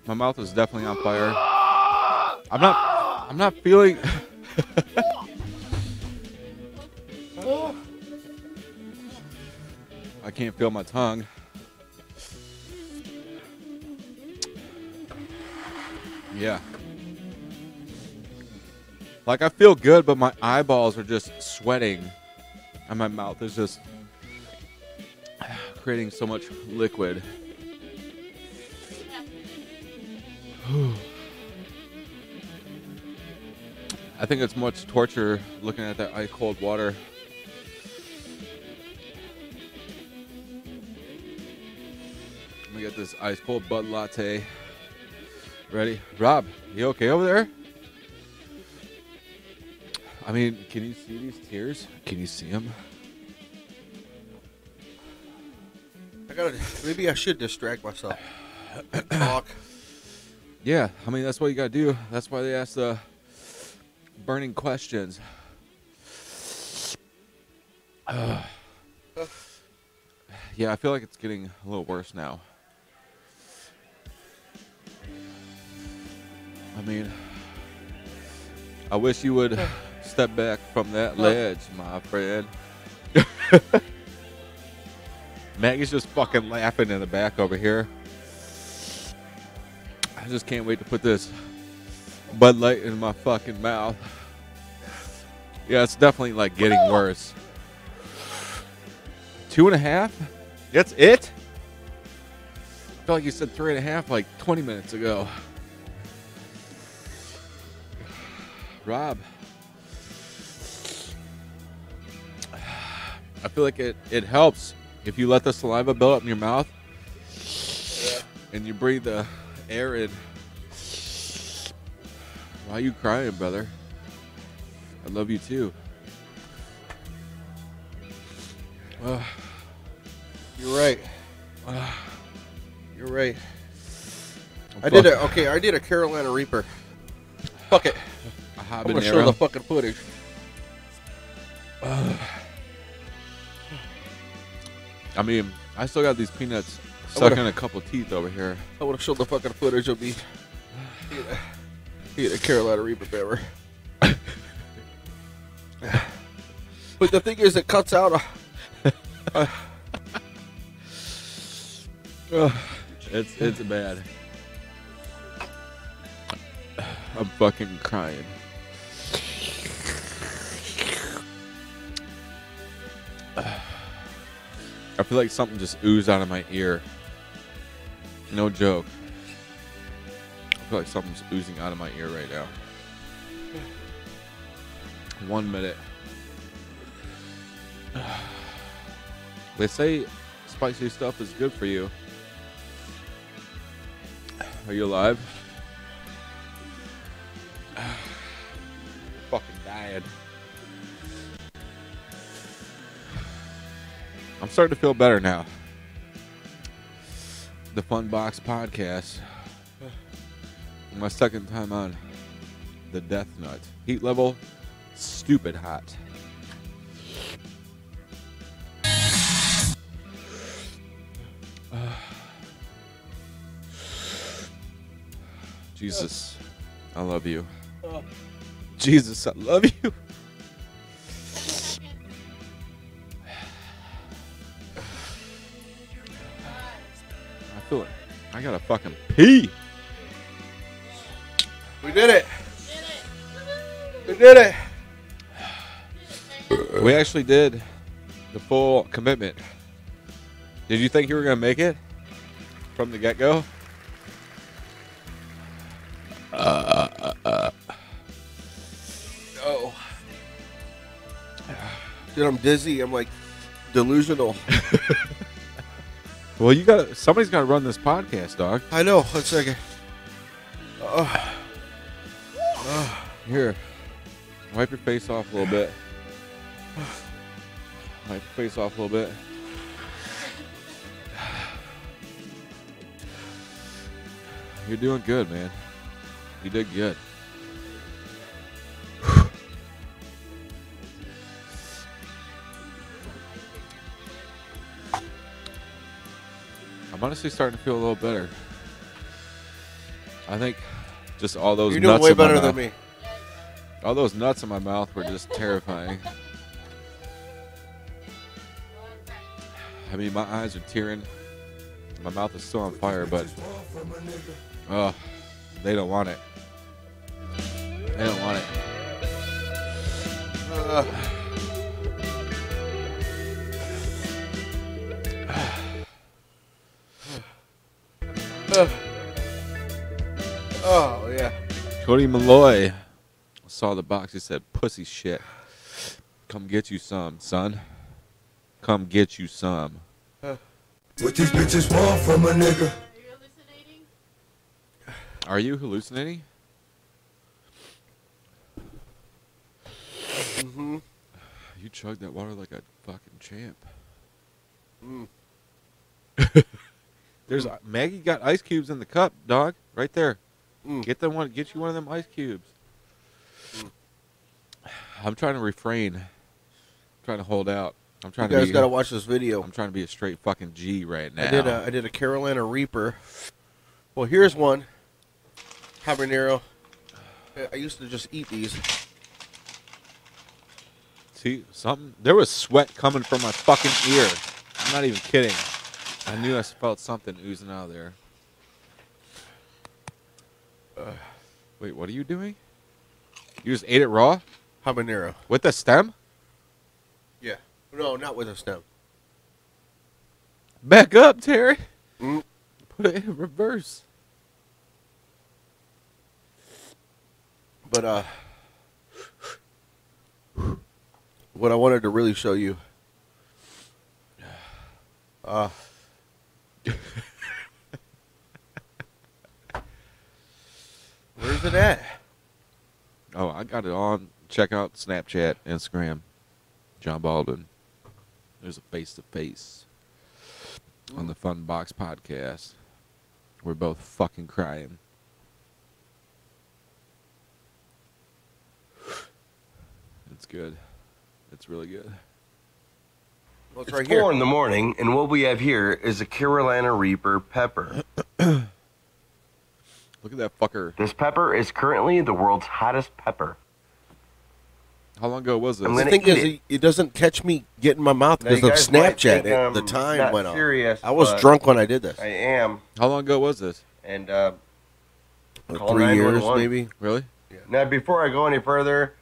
My mouth is definitely on fire. I'm not. I'm not feeling. I can't feel my tongue. Yeah. Like I feel good, but my eyeballs are just sweating, and my mouth is just creating so much liquid. I think it's much torture looking at that ice cold water. Let me get this ice cold Bud Latte. Ready, Rob? You okay over there? I mean, can you see these tears? Can you see them? I gotta maybe I should distract myself. Talk. Yeah, I mean that's what you gotta do. That's why they ask the burning questions. Ugh. yeah, I feel like it's getting a little worse now. I mean, I wish you would step back from that ledge, my friend. Maggie's just fucking laughing in the back over here. I just can't wait to put this Bud Light in my fucking mouth. Yeah, it's definitely like getting worse. Two and a half? That's it? felt like you said three and a half like 20 minutes ago. Rob, I feel like it, it helps if you let the saliva build up in your mouth and you breathe the air in. Why you crying, brother? I love you too. Ah, you're right. Ah, you're right. I did a okay. I did a Carolina Reaper. Fuck it. A I'm gonna show the habanero. fucking footage. I mean, I still got these peanuts I stuck would've- in a couple teeth over here. I would have showed the fucking footage of me. He had a Carolina Reaper bearer. but the thing is, it cuts out. A, It's it's bad. I'm fucking crying. I feel like something just oozed out of my ear. No joke. I feel like something's oozing out of my ear right now. One minute. They say spicy stuff is good for you. Are you alive? Fucking dying. I'm starting to feel better now. The Fun Box Podcast. My second time on the Death Nut. Heat level, stupid hot. Jesus, I love you. Jesus, I love you. I feel it. I gotta fucking pee. we did it. Did it. We did it. We actually did the full commitment. Did you think you were gonna make it from the get go? Oh, dude, I'm dizzy. I'm like delusional. Well, you got to somebody's gotta run this podcast, dog. I know. One second. Here, wipe your face off a little bit. Wipe your face off a little bit. You're doing good, man. You did good. I'm honestly starting to feel a little better. I think just all those You're doing nuts way in my better than mouth- me. all those nuts in my mouth were just terrifying. I mean, my eyes are tearing. My mouth is still on fire, but oh, they don't want it. They don't want it. Ugh. oh yeah. Cody Malloy saw the box. He said, "Pussy shit, come get you some, son. Come get you some." What these bitches want from a nigga. Are you hallucinating? Are you hallucinating? Mm-hmm. You chugged that water like a fucking champ. Mm. There's Maggie got ice cubes in the cup, dog. Right there. Mm. Get them one. Get you one of them ice cubes. I'm trying to refrain. I'm trying to hold out. I'm You trying to guys be. gotta watch this video. I'm trying to be a straight fucking G right now. I did a I did a Carolina Reaper. Well, here's one. Habanero. Uh, I- I used to just eat these. See something? There was sweat coming from my fucking ear. I'm not even kidding. I knew I felt something oozing out of there. Uh, Wait, what are you doing? You just ate it raw Habanero. with the stem? Yeah. No, not with a stem. Back up, Terry. Mm. Put it in reverse. But uh, what I wanted to really show you, uh, where's it at? Oh, I got it on. Check out Snapchat, Instagram, John Baldwin. There's a face to face on the Fun Box podcast. We're both fucking crying. It's good. It's really good. Well, it's, It's right four here. in the morning, and what we have here is a Carolina Reaper pepper. Look at that fucker. This pepper is currently the world's hottest pepper. How long ago was this? I'm The gonna thing eat is, it. it. it doesn't catch me getting my mouth Now, because you of guys might Snapchat. think It- I'm the time not went off. serious, I was but drunk when I did this. I am, How long ago was this? and uh, Like call three years, 911. maybe. Really? now before I go any further,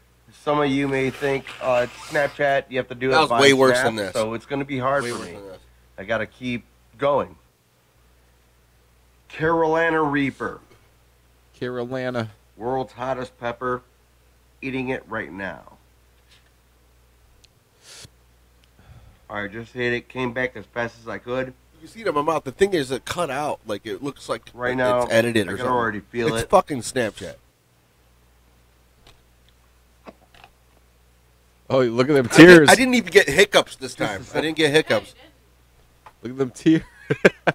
some of you may think uh, it's Snapchat. You have to do That it was by way worse Snap, than this. So it's going to be hard for me. I got to keep going. Carolina Reaper, Carolina. world's hottest pepper. Eating it right now. All right, just hit it. Came back as fast as I could. You see it in my mouth. The thing is, it cut out. Like it looks like Right it's now, edited I or can something. already feel it's it. fucking Snapchat. Oh, look at them I didn't- tears. I, didn't even get hiccups this time. I didn't get hiccups. Look at them tears.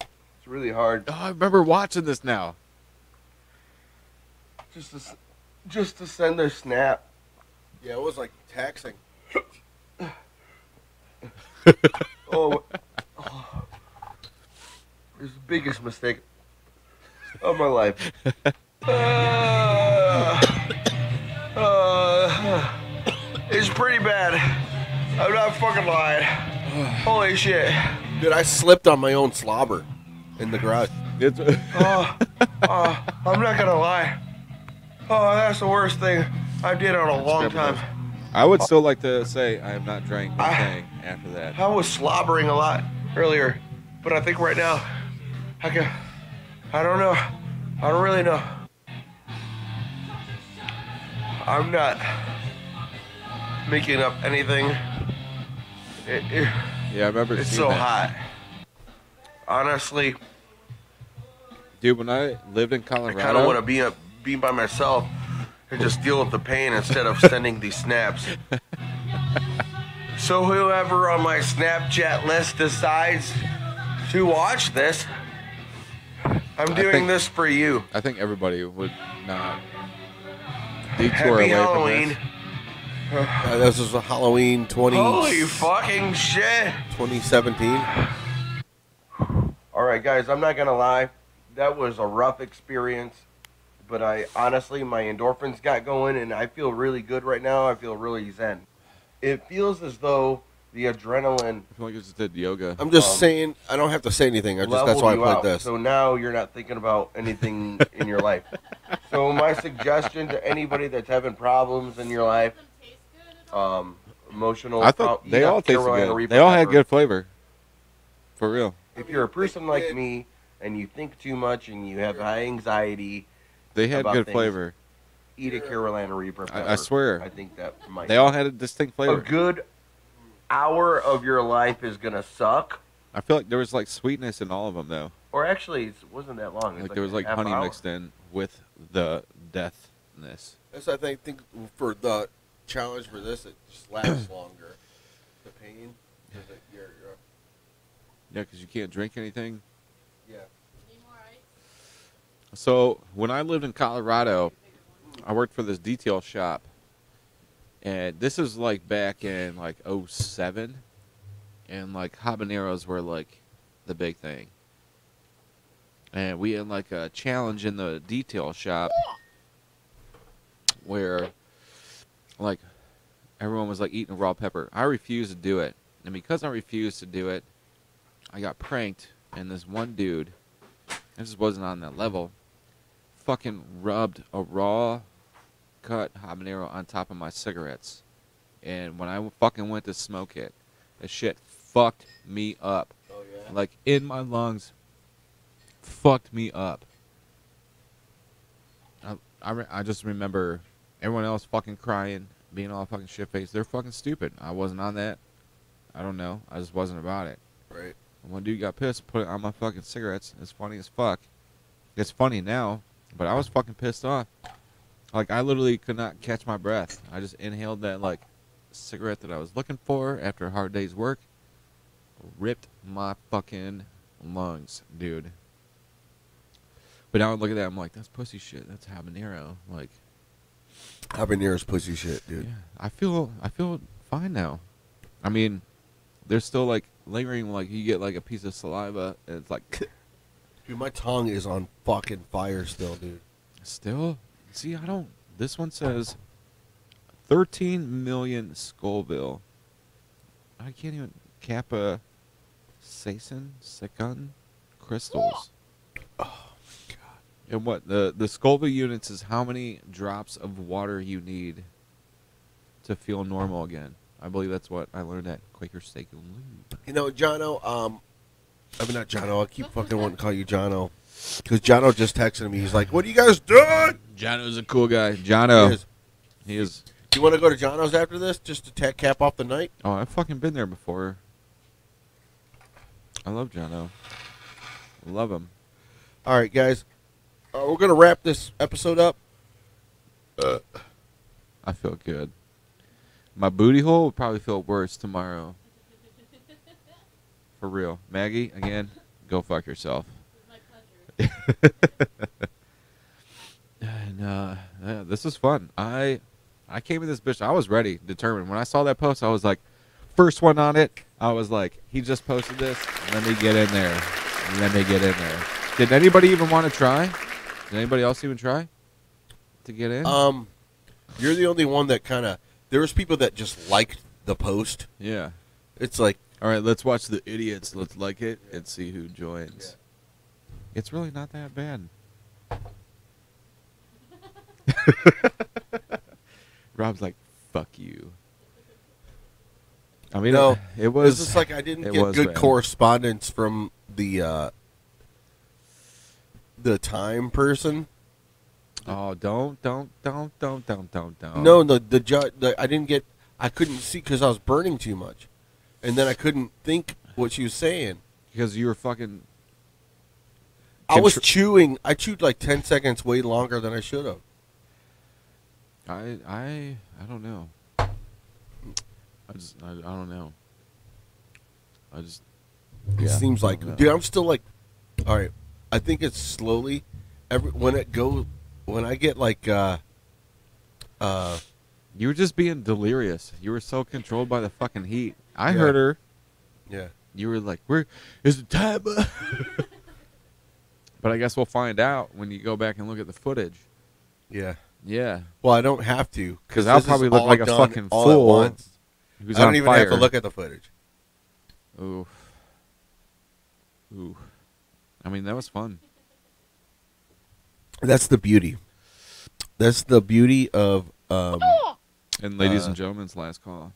It's really hard. Oh, I remember watching this now. just to, s- just to send their snap. Yeah, it was like taxing. Oh, it's the biggest mistake of my life. Uh, uh, it's pretty bad. I'm not fucking lying. Holy shit. Dude, I slipped on my own slobber in the garage. It's, Oh, oh, I'm not gonna lie. Oh, that's the worst thing I did in a long time. I would still like to say I have not drank Ah. one thing after that. I was slobbering a lot earlier, but I think right now I can. I don't know. I don't really know. I'm not making up anything. It, it, Yeah, I remember. it's seeing so that. hot. Honestly, dude. When I lived in I Colorado, kind of want to be up, be by myself and just deal with the pain instead of sending these snaps. so whoever on my Snapchat list decides to watch this, I'm doing think- this for you. I think everybody would not detour away from Happy Halloween! Uh, this was a Halloween 20, Holy fucking shit! 2017. All right, guys, I'm not gonna lie, that was a rough experience, but I honestly, my endorphins got going, and I feel really good right now. I feel really zen. It feels as though the adrenaline this. I feel like I just did yoga. I'm just Um, saying I don't have to say anything. I just that's leveled why I you played out. this. So now you're not thinking about anything in your life. So my suggestion to anybody that's having problems in your life, Doesn't taste good at all. um, emotional, I thought prob- they eat a all tasted Carolina good. Reaper They all had pepper. good flavor, for real. If you're a person like me and you think too much and you have high anxiety, They had About good things. flavor. eat a Carolina Reaper. I- I pepper. swear. I think that might. They all had a distinct a flavor. good hour of your life is gonna suck. I feel like there was like sweetness in all of them though. Or actually, it wasn't that long. It Like, there was a like half honey hour. mixed in with the deathness. That's I think think for the challenge for this, it just lasts longer. The pain. Yeah, because you can't drink anything. Need more ice? So when I lived in Colorado, I worked for this detail shop, and this is like back in like '07, and like habaneros were like the big thing. And we had like a challenge in the detail shop where like everyone was like eating raw pepper. I refused to do it. And because I refused to do it, I got pranked and this one dude I just wasn't on that level. Fucking rubbed a raw cut habanero on top of my cigarettes. And when I fucking went to smoke it, the shit fucked me up. Oh yeah. Like in my lungs, fucked me up. I I, re- I just remember everyone else fucking crying, being all fucking shit faced. They're fucking stupid. I wasn't on that. I don't know. I just wasn't about it. Right. And one dude got pissed, put it on my fucking cigarettes. It's funny as fuck. It's funny now, but I was fucking pissed off. Like I literally could not catch my breath. I just inhaled that like cigarette that I was looking for after a hard day's work. Ripped my fucking lungs, dude. But now I look at that, I'm like, that's pussy shit. That's habanero. Like, Habanero's pussy shit, dude. yeah, I feel I feel fine now. I mean, there's still like lingering. Like you get like a piece of saliva, and it's like Dude, my tongue is on fucking fire still, dude. Still, see, I don't. This one says 13 million Scoville. I can't even. Kappa, Saison, Secon, crystals. Oh, Oh my god. And what the the Scoville units is how many drops of water you need to feel normal again. I believe that's what I learned at Quaker Steak and Lube. You know, Jono, um, I mean, not Jono. I keep fucking wanting to call you Jono. Because Jono just texted me. He's like, what are you guys doing? Jono's a cool guy. Jono, He is. he is Do you want to go to Jono's after this just to ta- cap off the night? Oh, I've fucking been there before. I love Jono. Love him. All right, guys. Uh, we're going to wrap this episode up. I feel good. My booty hole will probably feel worse tomorrow. For real. Maggie, again, go fuck yourself. My pleasure. And uh, yeah, this is fun. I I came in this bitch. I was ready, determined. When I saw that post, I was like, first one on it. I was like, he just posted this. Let me get in there. Let me get in there. Did anybody even want to try? Did anybody else even try to get in? Um, You're the only one that kind of. There was people that just liked the post. yeah. It's like, All right, let's watch the idiots. Let's like it and see who joins. It's really not that bad. Rob's like, "Fuck you." I mean, No, uh, it was it's just like I didn't it get was good bad. correspondence from the uh, the time person. Oh, don't, don't, don't, don't, don't, don't, don't. No, the the, ju- the I didn't get. I couldn't see because I was burning too much, and then I couldn't think what she was saying. because you were fucking. I was Contr- chewing. I chewed like ten seconds way longer than I should have. I, I, I don't know. I just, I, I don't know. I just. It yeah, seems I like, don't know. dude, I'm still like, all right. I think it's slowly. Every when it goes, when I get like, uh, uh, You were just being delirious. You were so controlled by the fucking heat. I Yeah. heard her. yeah. You were like, "Where is the time?" up?" but I guess we'll find out when you go back and look at the footage. Yeah. Yeah, Well, I don't have to 'Cause I'll this is probably look all like a done fucking all at fool once. who's I don't on even have to fire. look at the footage. Ooh, ooh. I mean, that was fun. That's the beauty. That's the beauty of. Um, And ladies Uh, and gentlemen's last call.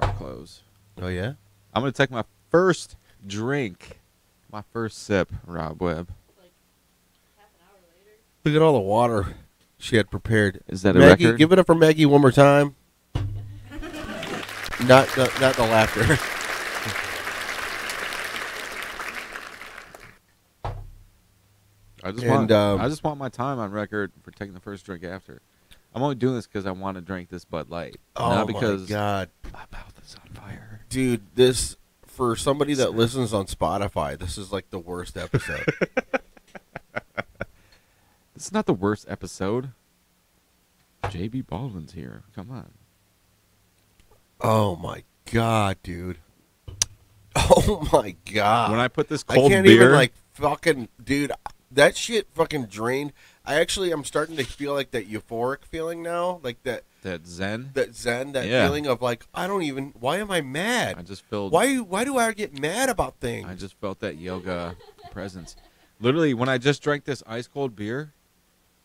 Bar close. oh yeah. I'm gonna take my first drink, my first sip. Rob Webb. Half an hour later. Look at all the water she had prepared. Is that a Maggie, record? give it up for Maggie one more time. not the, not the laughter. I just And, want um, I just want my time on record for taking the first drink after. I'm only doing this because I want to drink this Bud Light, oh not because my god, my mouth is on fire. dude! This for somebody that listens on Spotify, this is like the worst episode. This is not the worst episode. JB Baldwin's here. Come on. oh my god, dude! Oh my god! when I put this I cold can't beer, even like fucking dude. That shit fucking drained. I actually I'm starting to feel like that euphoric feeling now, like that that Zen, that zen, that Yeah. feeling of like I don't even. Why am I mad? I just filled. Why why do I get mad about things? I just felt that yoga presence. Literally, when I just drank this ice cold beer,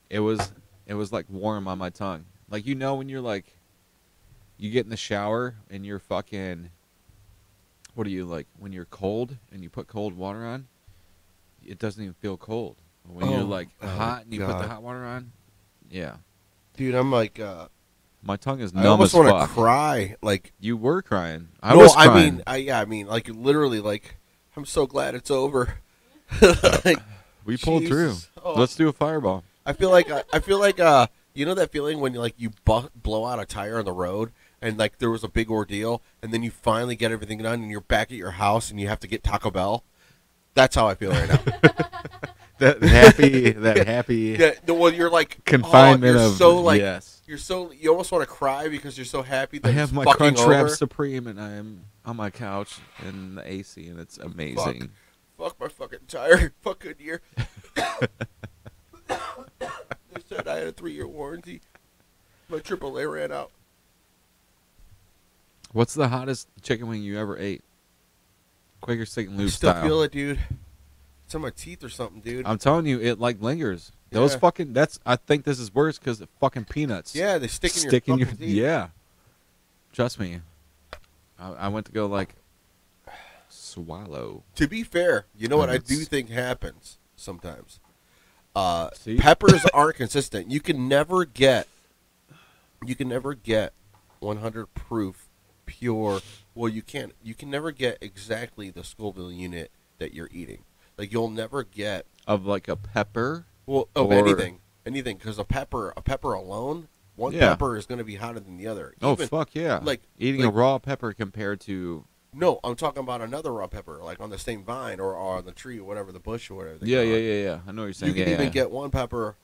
it was it was like warm on my tongue. Like you know when you're like, you get in the shower and you're fucking. What are you like when you're cold and you put cold water on? it doesn't even feel cold. When you're Oh, like oh, hot and you put God. the hot water on, yeah, Dude, I'm like, uh, my tongue is numb I almost as want fuck. to cry. Like, You were crying. I no, was I crying. mean, I yeah, I mean, like literally, like I'm so glad it's over. like, we pulled Jesus. through. Oh. Let's do a fireball. I feel like I, I feel like uh, you know that feeling when you like you bu- blow out a tire on the road and like there was a big ordeal and then you finally get everything done and you're back at your house and you have to get Taco Bell. That's how I feel right now. That happy, that happy yeah, no, well, you're like oh, confinement you're of so like yes. you're so you almost want to cry because you're so happy that I have it's my fucking Crunchwrap over. Supreme, and I am on my couch in the AC, and it's amazing. Fuck my fucking tire. Fuck Goodyear. they said I had a three year warranty. My AAA ran out. What's the hottest chicken wing you ever ate? Quaker steak and I lube still style. feel it, dude. It's on my teeth or something, dude. I'm telling you, it like lingers. Those Yeah. fucking. That's. I think this is worse because the fucking peanuts. yeah, they stick in your Stick in fucking teeth. Yeah. Trust me. I, I went to go like swallow. To be fair, you know what I do Peanuts. think happens sometimes. Uh, See? peppers aren't consistent. You can never get, you can never get 100 proof pure. Well, you can't. You can never get exactly the Scoville unit that you're eating. Like you'll never get of like a pepper. Well, of Or- anything, anything, because a pepper, a pepper alone, one Yeah. pepper is going to be hotter than the other. Oh Even- fuck yeah! like- eating a like- raw pepper compared to No, I'm talking about another raw pepper, like on the same vine or, or on the tree or whatever, the bush or whatever. they yeah call yeah it. yeah yeah. I know what you're You saying. can yeah, even yeah. get one pepper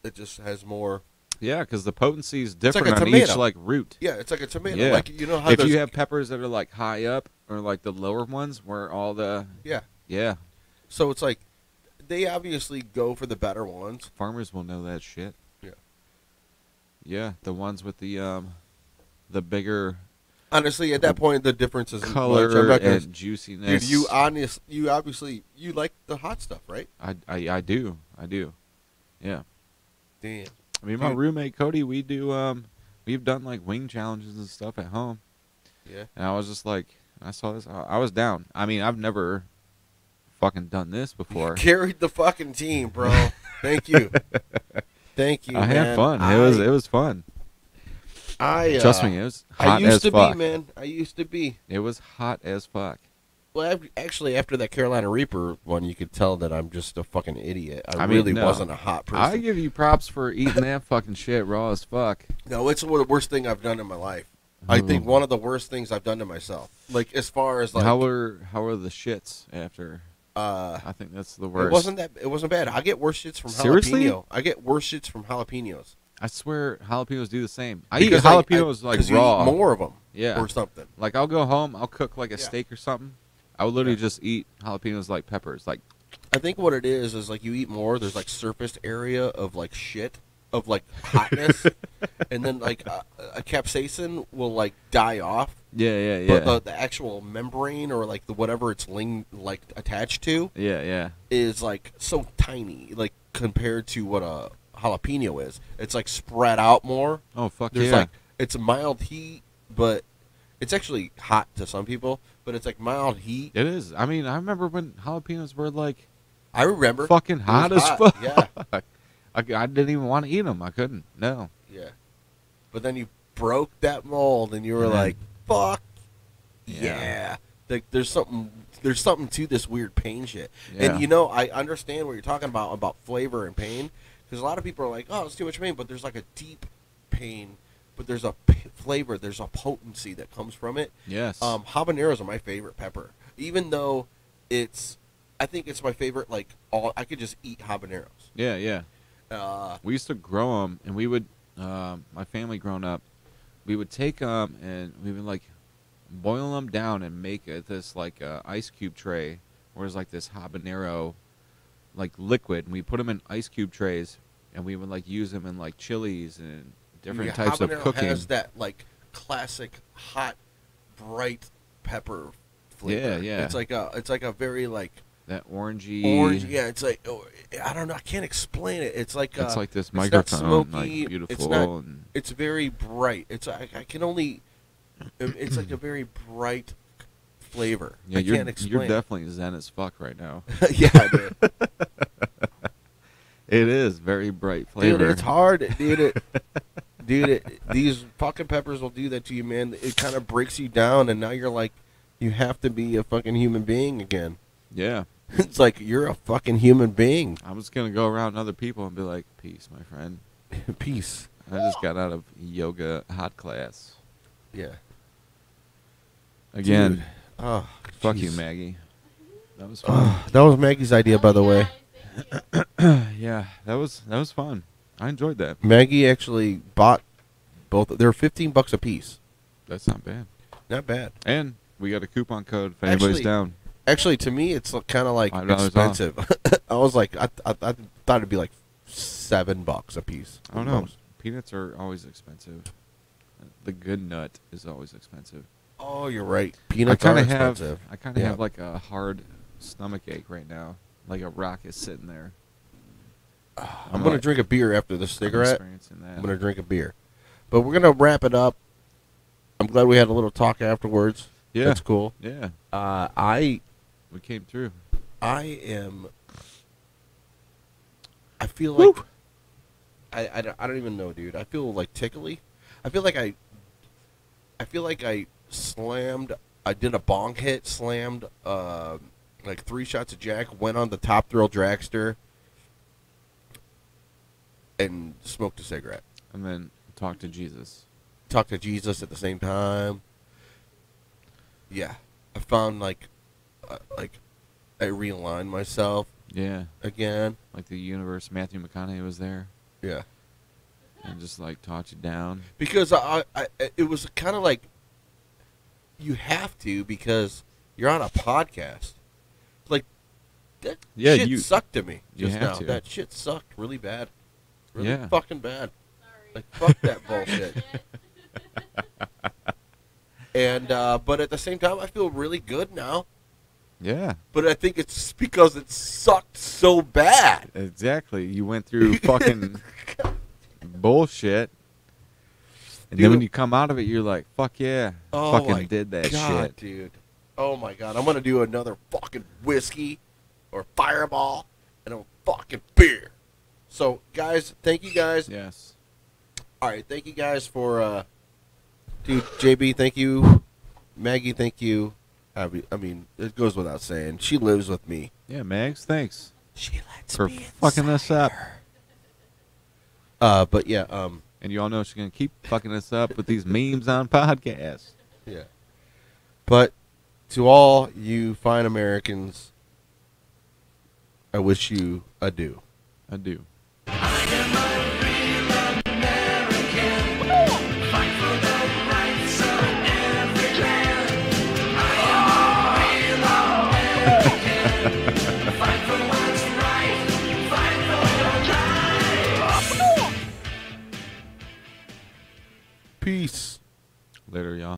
that just has more. yeah because the potency is like different a on each tomato. like root. Yeah, it's like a tomato. Yeah. Like you know how if there's- you have peppers that are like high up or like the lower ones where all the yeah, yeah so it's like they obviously go for the better ones. farmers will know that shit. Yeah. Yeah, the ones with the um, the bigger Honestly, at that point, the difference is color Much. I'm not and gonna, juiciness. dude, you honest, you obviously you like the hot stuff, right? I, I I do I do, yeah. Damn. I mean, my Dude. roommate Cody, we do um, we've done like wing challenges and stuff at home, Yeah. and I was just like, I saw this, I, I was down. I mean, I've never fucking done this before. carried the fucking team, bro. Thank you. Thank you. I had man. fun. I, it was it was fun. I, uh, Trust me, it was hot I as used to fuck. be, man. I used to be. It was hot as fuck. Well, I've, actually, after that Carolina Reaper one, you could tell that I'm just a fucking idiot. I, I mean, really no. wasn't a hot I person. give you props for eating that fucking shit raw as fuck. no, it's one of the worst thing I've done in my life. I think one of the worst things I've done to myself. Like as far as like, Mm. how were how were the shits after? uh, I think that's the worst. it wasn't that. It wasn't bad. I get worse shits from Seriously? jalapeno. I get worse shits from jalapenos. I swear jalapenos do the same. I eat Because I- I- jalapenos like 'cause you eat raw. more of them. Yeah. Or something. Like I'll go home, I'll cook like a Yeah. steak or something. I would literally just eat jalapenos like peppers. Like I think what it is is like you eat more. There's like surface area of like shit of like hotness, and then like a, a capsaicin will like die off, yeah, yeah, yeah, but the, the actual membrane or like the whatever it's ling- like attached to yeah, yeah. is like so tiny, like compared to what a jalapeno is. It's like spread out more. Oh fuck There's yeah! like it's mild heat, but it's actually hot to some people. But it's like mild heat. it is. I mean, I remember when jalapenos were like I remember fucking It was hot as fuck. Yeah. I, I didn't even want to eat them. I couldn't. No. Yeah. But then you broke that mold and you were And then- like, fuck Yeah. yeah. Like there's something there's something to this weird pain shit. Yeah. And you know, I understand what you're talking about about flavor and pain because a lot of people are like, "Oh, it's too much pain," but there's like a deep pain, but there's a p- flavor, there's a potency that comes from it. Yes. Um, habaneros are my favorite pepper, even though it's, I think it's my favorite. Like all, I could just eat habaneros. yeah, yeah. Uh, We used to grow them, and we would. Um, my family growing up, we would take them and we would like boil them down and make it this like uh, ice cube tray, where it's like this habanero, like liquid. And we put them in ice cube trays, and we would like use them in like chilies and different Yeah, types of habanero cooking. Has that like classic hot, bright pepper flavor. Yeah, yeah. It's like a it's like a very like that orangey. orange. Yeah, it's like oh, I don't know. I can't explain it. It's like It's uh, like this not microphone, smoky, it's like beautiful. not- and it's um, very bright. It's I, I can only. It's like a very bright flavor. Yeah, I you're, can't explain. you're definitely zen as fuck right now. yeah, I did. It is very bright flavor. Dude, it's hard, dude. It, dude, it, these fucking peppers will do that to you, man. It kind of breaks you down, and now you're like, you have to be a fucking human being again. Yeah, It's like you're a fucking human being. I'm just gonna go around other people and be like, "Peace, my friend." Peace. I just got out of yoga hot class Yeah. again. Dude. Oh, fuck you, jeez. Maggie. That was fun. Oh, that was Maggie's idea, by the way. yeah, that was that was fun. I enjoyed that. Maggie actually bought both. They're fifteen bucks a piece. That's not bad. Not bad. And we got a coupon code if anybody's Actually, down. Actually, to me, it's kind of like $5 off. expensive. I was like, I, I, I thought it'd be like seven bucks a piece. I don't know. Peanuts are always expensive. The good nut is always expensive. Oh, you're right. Peanuts I are kinda expensive. Have, I kind of Yeah. have like a hard stomach ache right now. Like a rock is sitting there. I'm, gonna drink a beer after this I'm cigarette. experiencing that. I'm gonna drink a beer, but we're gonna wrap it up. I'm glad we had a little talk afterwards. Yeah. that's cool. yeah, Uh, I we came through. I am. I feel Woo. like. I, I, don't, I don't even know, dude. I feel like tickly. I feel like I. I feel like I slammed. I did a bong hit, slammed uh, like three shots of Jack, went on the Top Thrill Dragster, and smoked a cigarette. And then talk to Jesus. Talked to Jesus at the same time. Yeah, I found like, uh, like, I realigned myself Yeah, again. like the universe. Matthew McConaughey was there Yeah. and just like taught you down. Because I, I it was kind of like you have to because you're on a podcast. Like that Yeah, shit you- sucked to me you just have now. to. That shit sucked really bad. Really Yeah. fucking bad. Sorry. Like fuck that Sorry, bullshit. Ed. And uh but at the same time I feel really good now. Yeah, But I think it's because it sucked so bad. exactly. You went through fucking bullshit. And Dude. then when you come out of it, you're like, "Fuck yeah, Oh my fucking did that God, shit." dude. Oh my god, I'm gonna do another fucking whiskey or fireball and a fucking beer. So guys, thank you guys. Yes. All right, thank you guys for uh dude JB, thank you. Maggie, thank you. I mean, I mean, it goes without saying. She lives with me. Yeah, Mags. Thanks She lets for fucking us up. Uh but yeah, um And you all know she's gonna keep fucking us up with these memes on podcasts. Yeah. But to all you fine Americans, I wish you adieu. I do.